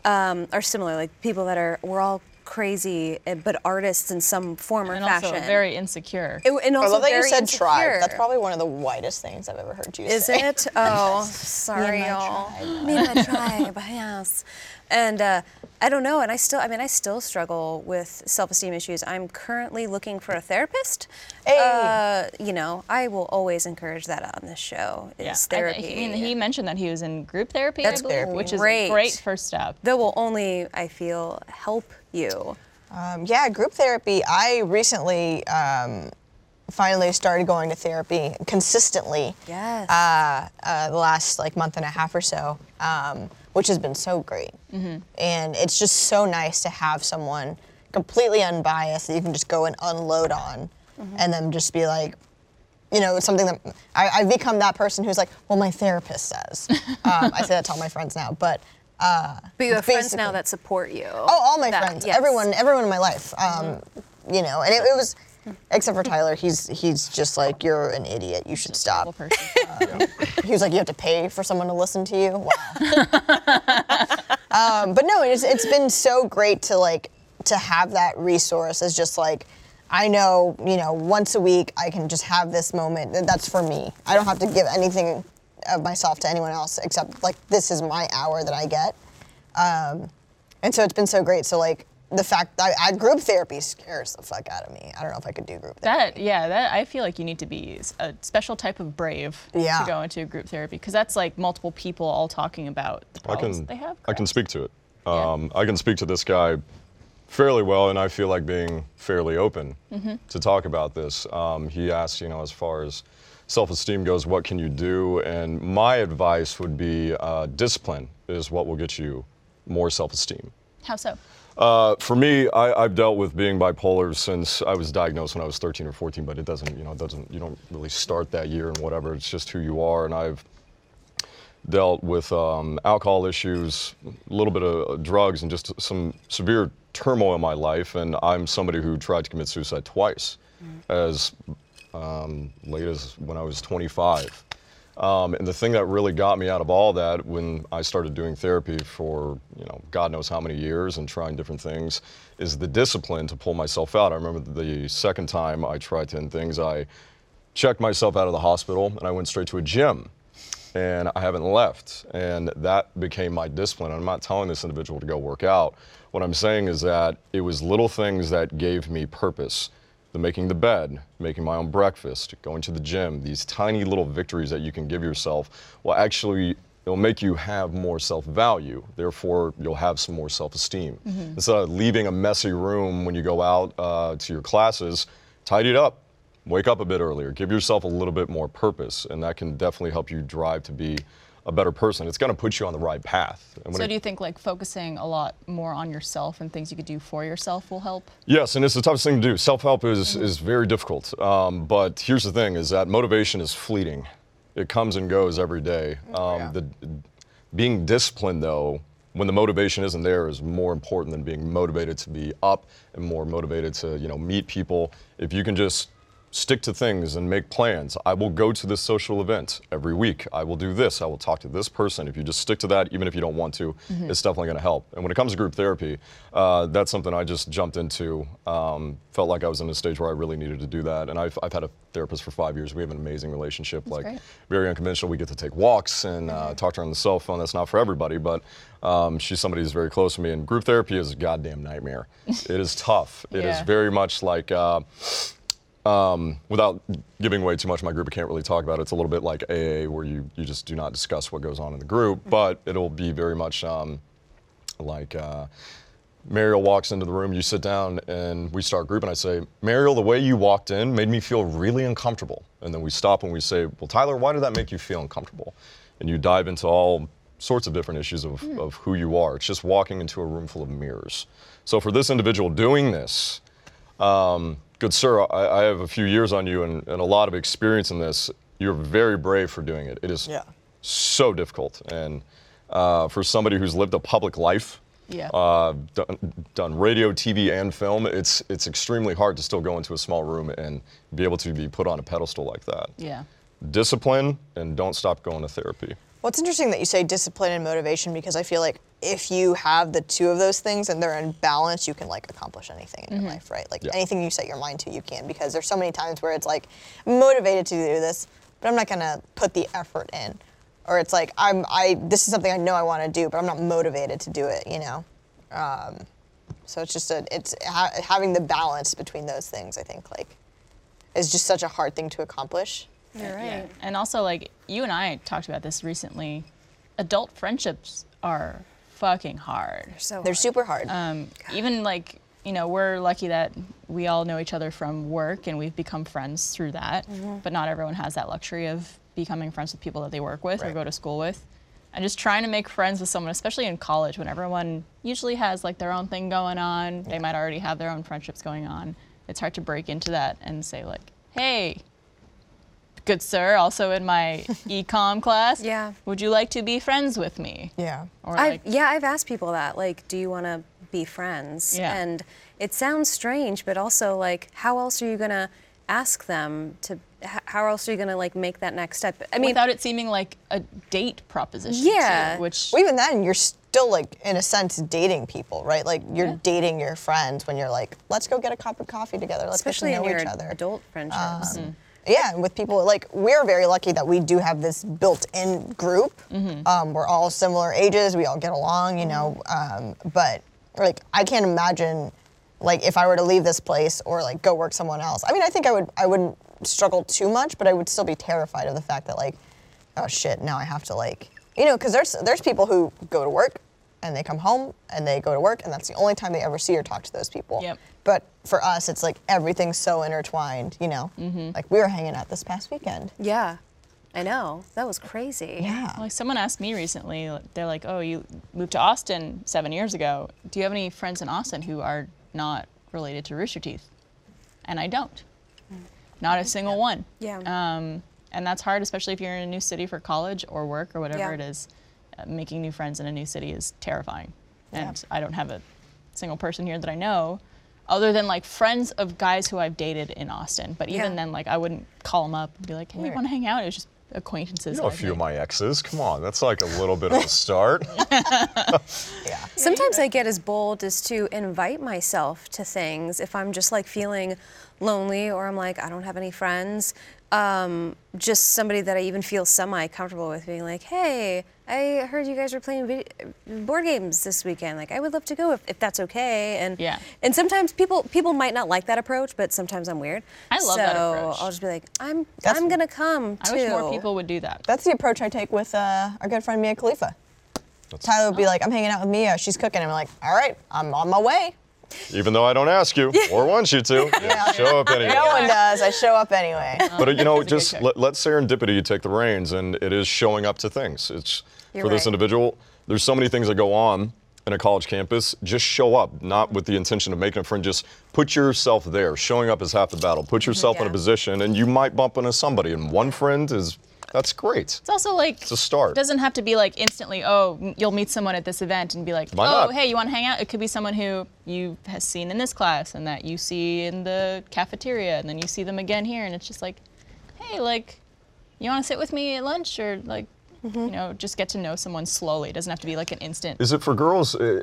S4: um, are similar, like people that are we're all crazy, eh, but artists in some form or
S2: And
S4: fashion.
S2: also very insecure.
S4: It- and
S6: I
S4: also
S6: love that you
S4: very
S6: said tribe.
S4: insecure.
S6: That's probably one of the whitest things I've ever heard you
S4: Is
S6: say. [laughs]
S4: it? Oh, sorry,
S6: my
S4: y'all. Me and
S6: [laughs]
S4: my tribe, yes. And uh, I don't know. And I still, I mean, I still struggle with self-esteem issues. I'm currently looking for a therapist.
S6: Hey.
S4: Uh, you know, I will always encourage that on this show. Is
S2: Yeah. I,
S4: therapy.
S2: th- I mean, he mentioned that he was in group therapy, I
S4: That's
S2: believe,
S6: therapy.
S2: which is
S4: Great.
S2: a great first step.
S4: that will only, I feel, help you.
S6: Um, yeah, group therapy. I recently um, finally started going to therapy consistently.
S4: Yes.
S6: Uh, uh, the last like month and a half or so, um, which has been so great.
S4: Mm-hmm.
S6: And it's just so nice to have someone completely unbiased that you can just go and unload on,
S4: Mm-hmm.
S6: and then just be like, you know, it's something that I, I've become that person who's like, well, my therapist
S4: [laughs]
S6: says. um, I say that to all my friends now, but. Uh,
S4: But you have friends
S6: basically-
S4: now that support you.
S6: Oh, all my
S4: That-
S6: friends,
S4: yes. Mm-hmm.
S6: everyone, everyone in my life. Um, You know, and it, it was, except for Tyler, he's he's just like you're an idiot. You should
S2: Well,
S6: stop. Um,
S2: person.
S6: He was like, you have to pay for someone to listen to you. Wow. um, but no, it's it's been so great to like to have that resource as just like. I know, you know, once a week I can just have this moment. that- That's for me. I don't have to give anything of myself to anyone else except like this is my hour that I get. Um, And so it's been so great. So like the fact that I, I group therapy scares the fuck out of me. I don't know if I could do group therapy.
S2: That yeah, that I feel like you need to be s- a special type of brave
S6: Yeah.
S2: to go into a group therapy because that's like multiple people all talking about the
S3: I
S2: problems
S3: can,
S2: they have.
S3: I can
S2: correct?
S3: speak to it. Um, I can speak to this guy fairly well, and I feel like being fairly open
S2: Mm-hmm.
S3: to talk about this. Um, he asked, you know, as far as self-esteem goes, what can you do? And my advice would be uh, discipline is what will get you more self-esteem.
S2: How so?
S3: Uh, for me, I, I've dealt with being bipolar since I was diagnosed when I was 13 or 14, but it doesn't, you know, it doesn't, you don't really start that year and whatever. It's just who you are. And I've dealt with um, alcohol issues, a little bit of uh, drugs, and just some severe turmoil in my life. And I'm somebody who tried to commit suicide twice, as um, late as when I was 25. Um, and the thing that really got me out of all that when I started doing therapy for, you know, God knows how many years and trying different things is the discipline to pull myself out. I remember the second time I tried 10 things, I checked myself out of the hospital and I went straight to a gym and I haven't left. And that became my discipline. I'm not telling this individual to go work out. What I'm saying is that it was little things that gave me purpose. The making the bed, making my own breakfast, going to the gym, these tiny little victories that you can give yourself will actually it'll make you have more self-value. Therefore, you'll have some more self-esteem. Instead of leaving a messy room when you go out uh, to your classes, tidy it up wake up a bit earlier give yourself a little bit more purpose and that can definitely help you drive to be a better person it's going to put you on the right path and when
S2: So
S3: it-
S2: do you think like focusing a lot more on yourself and things you could do for yourself will help?
S3: Yes, and it's the toughest thing to do. Self-help is
S2: Mm-hmm.
S3: is very difficult. Um, but here's the thing: is that motivation is fleeting. It comes and goes every day.
S2: Oh,
S3: Um, The being disciplined, though, when the motivation isn't there, is more important than being motivated to be up and more motivated to you know meet people. If you can just stick to things and make plans, I will go to this social event every week. I will do this. I will talk to this person. If you just stick to that, even if you don't want to, it's definitely going to help. And when it comes to group therapy, uh, that's something I just jumped into. Um, felt like I was in a stage where I really needed to do that. And I've, I've had a therapist for five years. We have an amazing relationship. like
S2: great.
S3: very unconventional. We get to take walks and uh, talk to her on the cell phone. That's not for everybody, but um, she's somebody who's very close to me. And group therapy is a goddamn nightmare. it is tough. It is
S2: Yeah.
S3: very much like. Uh, um, without giving away too much, my group I can't really talk about it. It's a little bit like AA, where you, you just do not discuss what goes on in the group, but it'll be very much um, like uh, Mariel walks into the room, you sit down, and we start grouping. I say, Mariel, the way you walked in made me feel really uncomfortable. And then we stop and we say, Well, Tyler, why did that make you feel uncomfortable? And you dive into all sorts of different issues of, of who you are. It's just walking into a room full of mirrors. So for this individual doing this, um, good sir, I, I have a few years on you and, and a lot of experience in this. You're very brave for doing it. It is
S6: Yeah.
S3: so difficult. And uh, for somebody who's lived a public life,
S2: Yeah.
S3: uh, done, done radio, TV, and film, it's it's extremely hard to still go into a small room and be able to be put on a pedestal like that.
S2: Yeah.
S3: Discipline and don't stop going to therapy.
S6: Well, it's interesting that you say discipline and motivation because I feel like if you have the two of those things and they're in balance, you can like accomplish anything in your life, right? Like
S3: Yeah.
S6: anything you set your mind to, you can because there's so many times where it's like I'm motivated to do this, but I'm not gonna put the effort in, or it's like I'm I this is something I know I want to do, but I'm not motivated to do it, you know. Um, so it's just a it's ha- having the balance between those things. I think like is just such a hard thing to accomplish.
S4: You're right.
S2: And also, like, you and I talked about this recently. Adult friendships are fucking hard.
S4: So
S6: They're
S4: hard.
S6: super hard.
S2: Even like, you know, we're lucky that we all know each other from work and we've become friends through that. But not everyone has that luxury of becoming friends with people that they work with or
S6: Right.
S2: go to school with. And just trying to make friends with someone, especially in college when everyone usually has like their own thing going on, they might already have their own friendships going on. It's hard to break into that and say, like, hey, good sir, also in my ecom class,
S4: Yeah.
S2: would you like to be friends with me?
S6: yeah.
S2: Or
S4: I,
S2: like,
S4: yeah, I've asked people that. Like, do you want to be friends?
S2: Yeah.
S4: And it sounds strange, but also like, how else are you gonna ask them to? h- How else are you gonna like make that next step? I mean,
S2: without it seeming like a date proposition.
S4: Yeah.
S2: Too, which
S6: Well, even then, you're still like, in a sense, dating people, right? Like you're dating your friends when you're like, let's go get a cup of coffee together. Let's
S4: especially
S6: get
S4: in
S6: to know
S4: your
S6: each other. Um.
S4: adult friendships.
S6: Yeah, and with people like we're very lucky that we do have this built-in group. Um, we're all similar ages. We all get along, you know. Um, but like, I can't imagine like if I were to leave this place or like go work someone else. I mean, I think I would I wouldn't struggle too much, but I would still be terrified of the fact that like, oh shit, now I have to like you know because there's there's people who go to work and they come home and they go to work and that's the only time they ever see or talk to those people.
S2: Yep.
S6: But for us, it's like everything's so intertwined, you know? Like we were hanging out this past weekend.
S4: Yeah, I know that was crazy.
S6: Yeah.
S2: Like someone asked me recently, they're like, "Oh, you moved to Austin seven years ago. Do you have any friends in Austin who are not related to Rooster Teeth?" And I don't. Not a single one.
S4: Yeah.
S2: Um, and that's hard, especially if you're in a new city for college or work or whatever
S4: Yeah.
S2: it is. Uh, making new friends in a new city is terrifying, and I don't have a single person here that I know, other than like friends of guys who I've dated in Austin. But even
S4: Yeah.
S2: then, like I wouldn't call them up and be like, "Hey, want to hang out?" It was just acquaintances.
S3: You know a
S2: that I've
S3: few
S2: made.
S3: of my exes. Come on, that's like a little bit of a start.
S6: Yeah.
S4: Sometimes I get as bold as to invite myself to things if I'm just like feeling lonely or I'm like, I don't have any friends. Um, just somebody that I even feel semi comfortable with being like, hey, I heard you guys were playing vid- board games this weekend. Like, I would love to go if, if that's okay. And
S2: Yeah.
S4: and sometimes people people might not like that approach, but sometimes I'm weird.
S2: I love
S4: so
S2: that approach.
S4: I'll just be like, I'm
S6: That's-
S4: I'm gonna come
S2: I
S4: too.
S2: wish more people would do that.
S6: That's the approach I take with uh, our good friend Mia Khalifa. Tyler would be like, I'm hanging out with Mia. She's cooking. I'm like, all right, I'm on my way.
S3: Even though I don't ask you or want you to, you show up anyway.
S6: No one does. uh, I show up anyway.
S3: [laughs] But
S4: [laughs]
S3: uh, you know,
S2: good
S3: just
S2: check.
S3: let, let serendipity take the reins, and it is showing up to things. It's
S4: You're
S3: for this
S4: right.
S3: individual. There's so many things that go on in a college campus. Just show up, not with the intention of making a friend. Just put yourself there. Showing up is half the battle. Put yourself in a
S4: Mm-hmm. Yeah.
S3: position, and you might bump into somebody. And one friend is that's great.
S2: It's also like it's
S3: a start.
S2: It doesn't have to be like instantly. Oh, m- you'll meet someone at this event and be like,
S3: Why
S2: oh,
S3: not?
S2: hey, you want to hang out? It could be someone who you has seen in this class and that you see in the cafeteria, and then you see them again here, and it's just like, hey, like, you want to sit with me at lunch or like.
S6: Mm-hmm.
S2: You know, just get to know someone slowly. It doesn't have to be like an instant.
S3: Is it for girls? uh,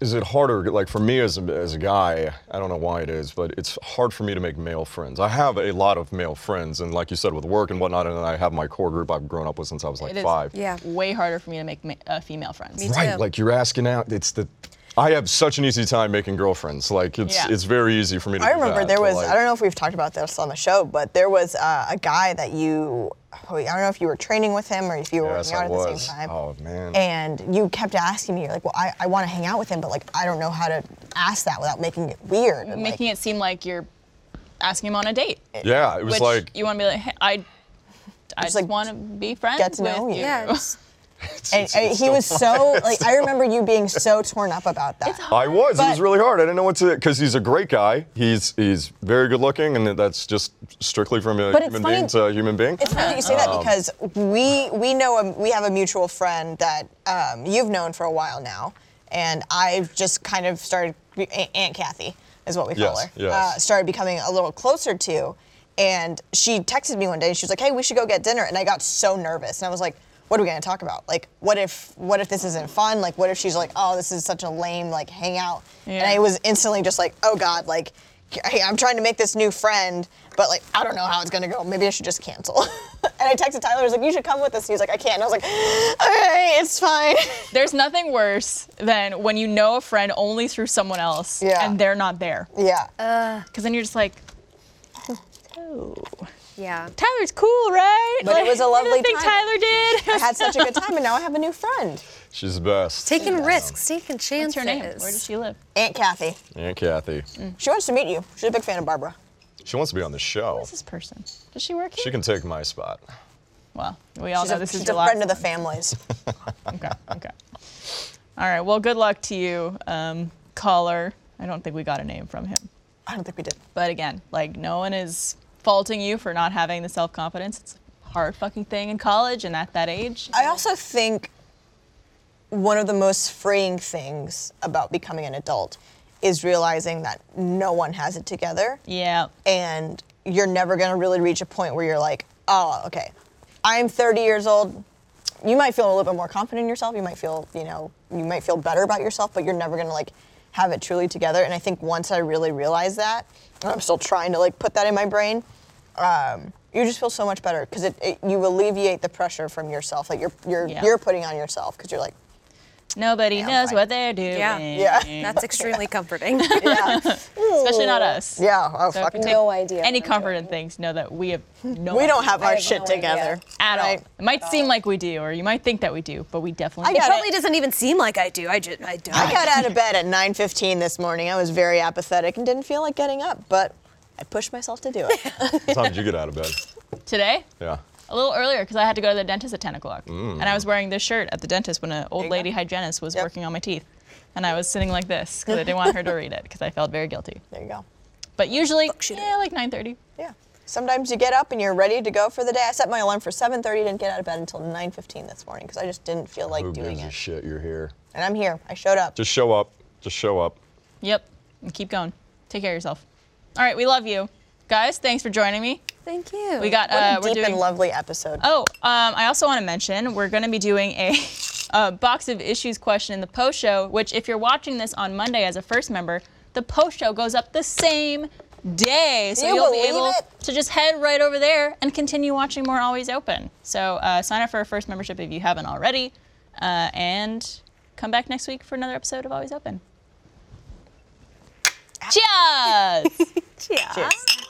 S3: Is it harder? Like for me as a, as a guy, I don't know why it is, but it's hard for me to make male friends. I have a lot of male friends, and like you said, with work and whatnot, and I have my core group I've grown up with since I was like
S2: It is.
S3: five.
S4: Yeah.
S2: Way harder for me to make ma- uh, female friends.
S4: Me too.
S3: Right, like you're asking out. It's the I have such an easy time making girlfriends. Like it's
S2: Yeah.
S3: it's very easy for me to.
S6: I
S3: do
S6: remember
S3: that,
S6: there
S3: but,
S6: was,
S3: like-
S6: I don't know if we've talked about this on the show, but there was uh, a guy that you, I don't know if you were training with him or if you were
S3: Yes,
S6: working out
S3: I
S6: at
S3: was.
S6: the same time.
S3: Oh man.
S6: And you kept asking me, you're like, well, I, I want to hang out with him, but like, I don't know how to ask that without making it weird. And, like,
S2: Making it seem like you're asking him on a date.
S3: yeah, it was
S2: Which
S3: like
S2: you want to be like, hey, I, I just
S6: like,
S2: want to be friends
S6: get to
S2: with [laughs]
S6: know you.
S4: Yeah, it's-
S6: and,
S3: it's-
S6: and
S3: it's
S6: he
S3: so [laughs]
S6: was so, like, I remember you being so torn up about that.
S3: I was. it was
S6: But-
S3: really hard. I didn't know what to because he's a great guy. He's he's very good looking, and that's just strictly from a
S6: But it's
S3: human
S6: funny-
S3: being to a human being.
S6: It's funny that you say
S3: Um,
S6: that because we we know a, we have a mutual friend that um, you've known for a while now, and I've just kind of started A- Aunt Kathy is what we call
S3: Yes,
S6: her.
S3: yes.
S6: Uh, started becoming a little closer to, and she texted me one day and she was like, "Hey, we should go get dinner," and I got so nervous and I was like. What are we gonna talk about? Like, what if what if this isn't fun? Like, what if she's like, oh, this is such a lame like hangout? And
S2: Yeah.
S6: I was instantly just like, oh god, like, hey, I'm trying to make this new friend, but like, I don't know how it's gonna go. Maybe I should just cancel. [laughs] and I texted Tyler, I was like, you should come with us. He was like, I can't. And I was like, okay, it's fine. [laughs]
S2: There's nothing worse than when you know a friend only through someone else
S6: Yeah.
S2: and they're not there.
S6: Yeah.
S2: Because then you're just like,
S4: yeah.
S2: Tyler's cool, right?
S6: But it was a
S2: I didn't
S6: lovely
S2: think
S6: time.
S2: Tyler did.
S6: I had such a good time, and now I have a new friend,
S3: She's the best.
S4: Taking risks, taking
S2: [laughs] What's
S4: chances.
S2: her name? Where does she live?
S6: Aunt Kathy.
S3: Aunt Kathy.
S6: She wants to meet you. She's a big fan of Barbara.
S3: She wants to be on the show.
S2: Who's this person? Does she work here?
S3: She can take my spot.
S2: well, we all
S6: She's
S2: know
S6: a,
S2: this
S6: she's
S2: is
S6: a
S2: your last.
S6: friend of the
S2: [laughs]
S6: families.
S2: okay, okay. All right. Well, good luck to you, um, caller. I don't think we got a name from him.
S6: I don't think we did.
S2: But again, like no one is faulting you for not having the self confidence. It's a hard fucking thing in college and at that age.
S6: I also think one of the most freeing things about becoming an adult is realizing that no one has it together.
S2: yeah.
S6: and you're never going to really reach a point where you're like, oh, okay, I'm 30 years old. You might feel a little bit more confident in yourself. You might feel, you know, you might feel better about yourself, but you're never going to like have it truly together. And I think once I really realized that, and I'm still trying to like put that in my brain, um, you just feel so much better because it, it you alleviate the pressure from yourself. Like you're you're
S2: Yeah.
S6: you're putting on yourself because you're like,
S2: Nobody
S6: I'm
S2: knows
S6: fine.
S2: what they're doing.
S4: Yeah.
S6: yeah,
S4: [laughs] That's extremely comforting.
S2: Especially not us.
S6: yeah, oh
S2: So if
S6: fuck,
S2: you take
S6: no,
S7: No idea
S2: Any
S7: what I'm
S2: comfort in things, know that we have no
S6: we don't
S2: idea
S6: have our
S7: have
S6: shit
S7: no idea.
S6: together
S2: at
S6: right?
S2: all. It might seem like we do, or you might think that we do, but we definitely
S6: I
S4: It
S6: got
S4: probably doesn't even seem like I do. I just I don't.
S6: I got out of bed at 9:15 this morning. I was very apathetic and didn't feel like getting up, but I pushed myself to do it.
S3: What time did you get out of bed?
S2: today.
S3: Yeah.
S2: a little earlier because I had to go to the dentist at 10 o'clock. And I was wearing this shirt at the dentist when an old
S6: you
S2: lady hygienist was
S6: Yep.
S2: working on my teeth. And I was sitting like this because I didn't want her to read it because I felt very guilty.
S6: there you go.
S2: But usually,
S4: she
S2: yeah, like 9.30.
S6: Yeah. Sometimes you get up and you're ready to go for the day. I set my alarm for 7:30, didn't get out of bed until 9:15 this morning because I just didn't feel like
S3: Who
S6: doing
S3: gives a
S6: it.
S3: shit? You're here.
S6: And I'm here. I showed up.
S3: Just show up. Just show up.
S2: Yep. And keep going. Take care of yourself. All right, we love you. Guys, thanks for joining me.
S4: Thank you.
S2: We got,
S6: What a
S2: uh, we're
S6: deep
S2: doing.
S6: and lovely episode.
S2: Oh, um, I also want to mention we're going to be doing a, [laughs] a box of issues question in the post show, which, if you're watching this on Monday as a first member, the post show goes up the same day. So
S6: You
S2: will be
S6: believe
S2: able
S6: it?
S2: to just head right over there and continue watching more Always Open. So uh, sign up for a first membership if you haven't already, uh, and come back next week for another episode of Always Open. Cheers!
S6: Ah. [laughs] Cheers.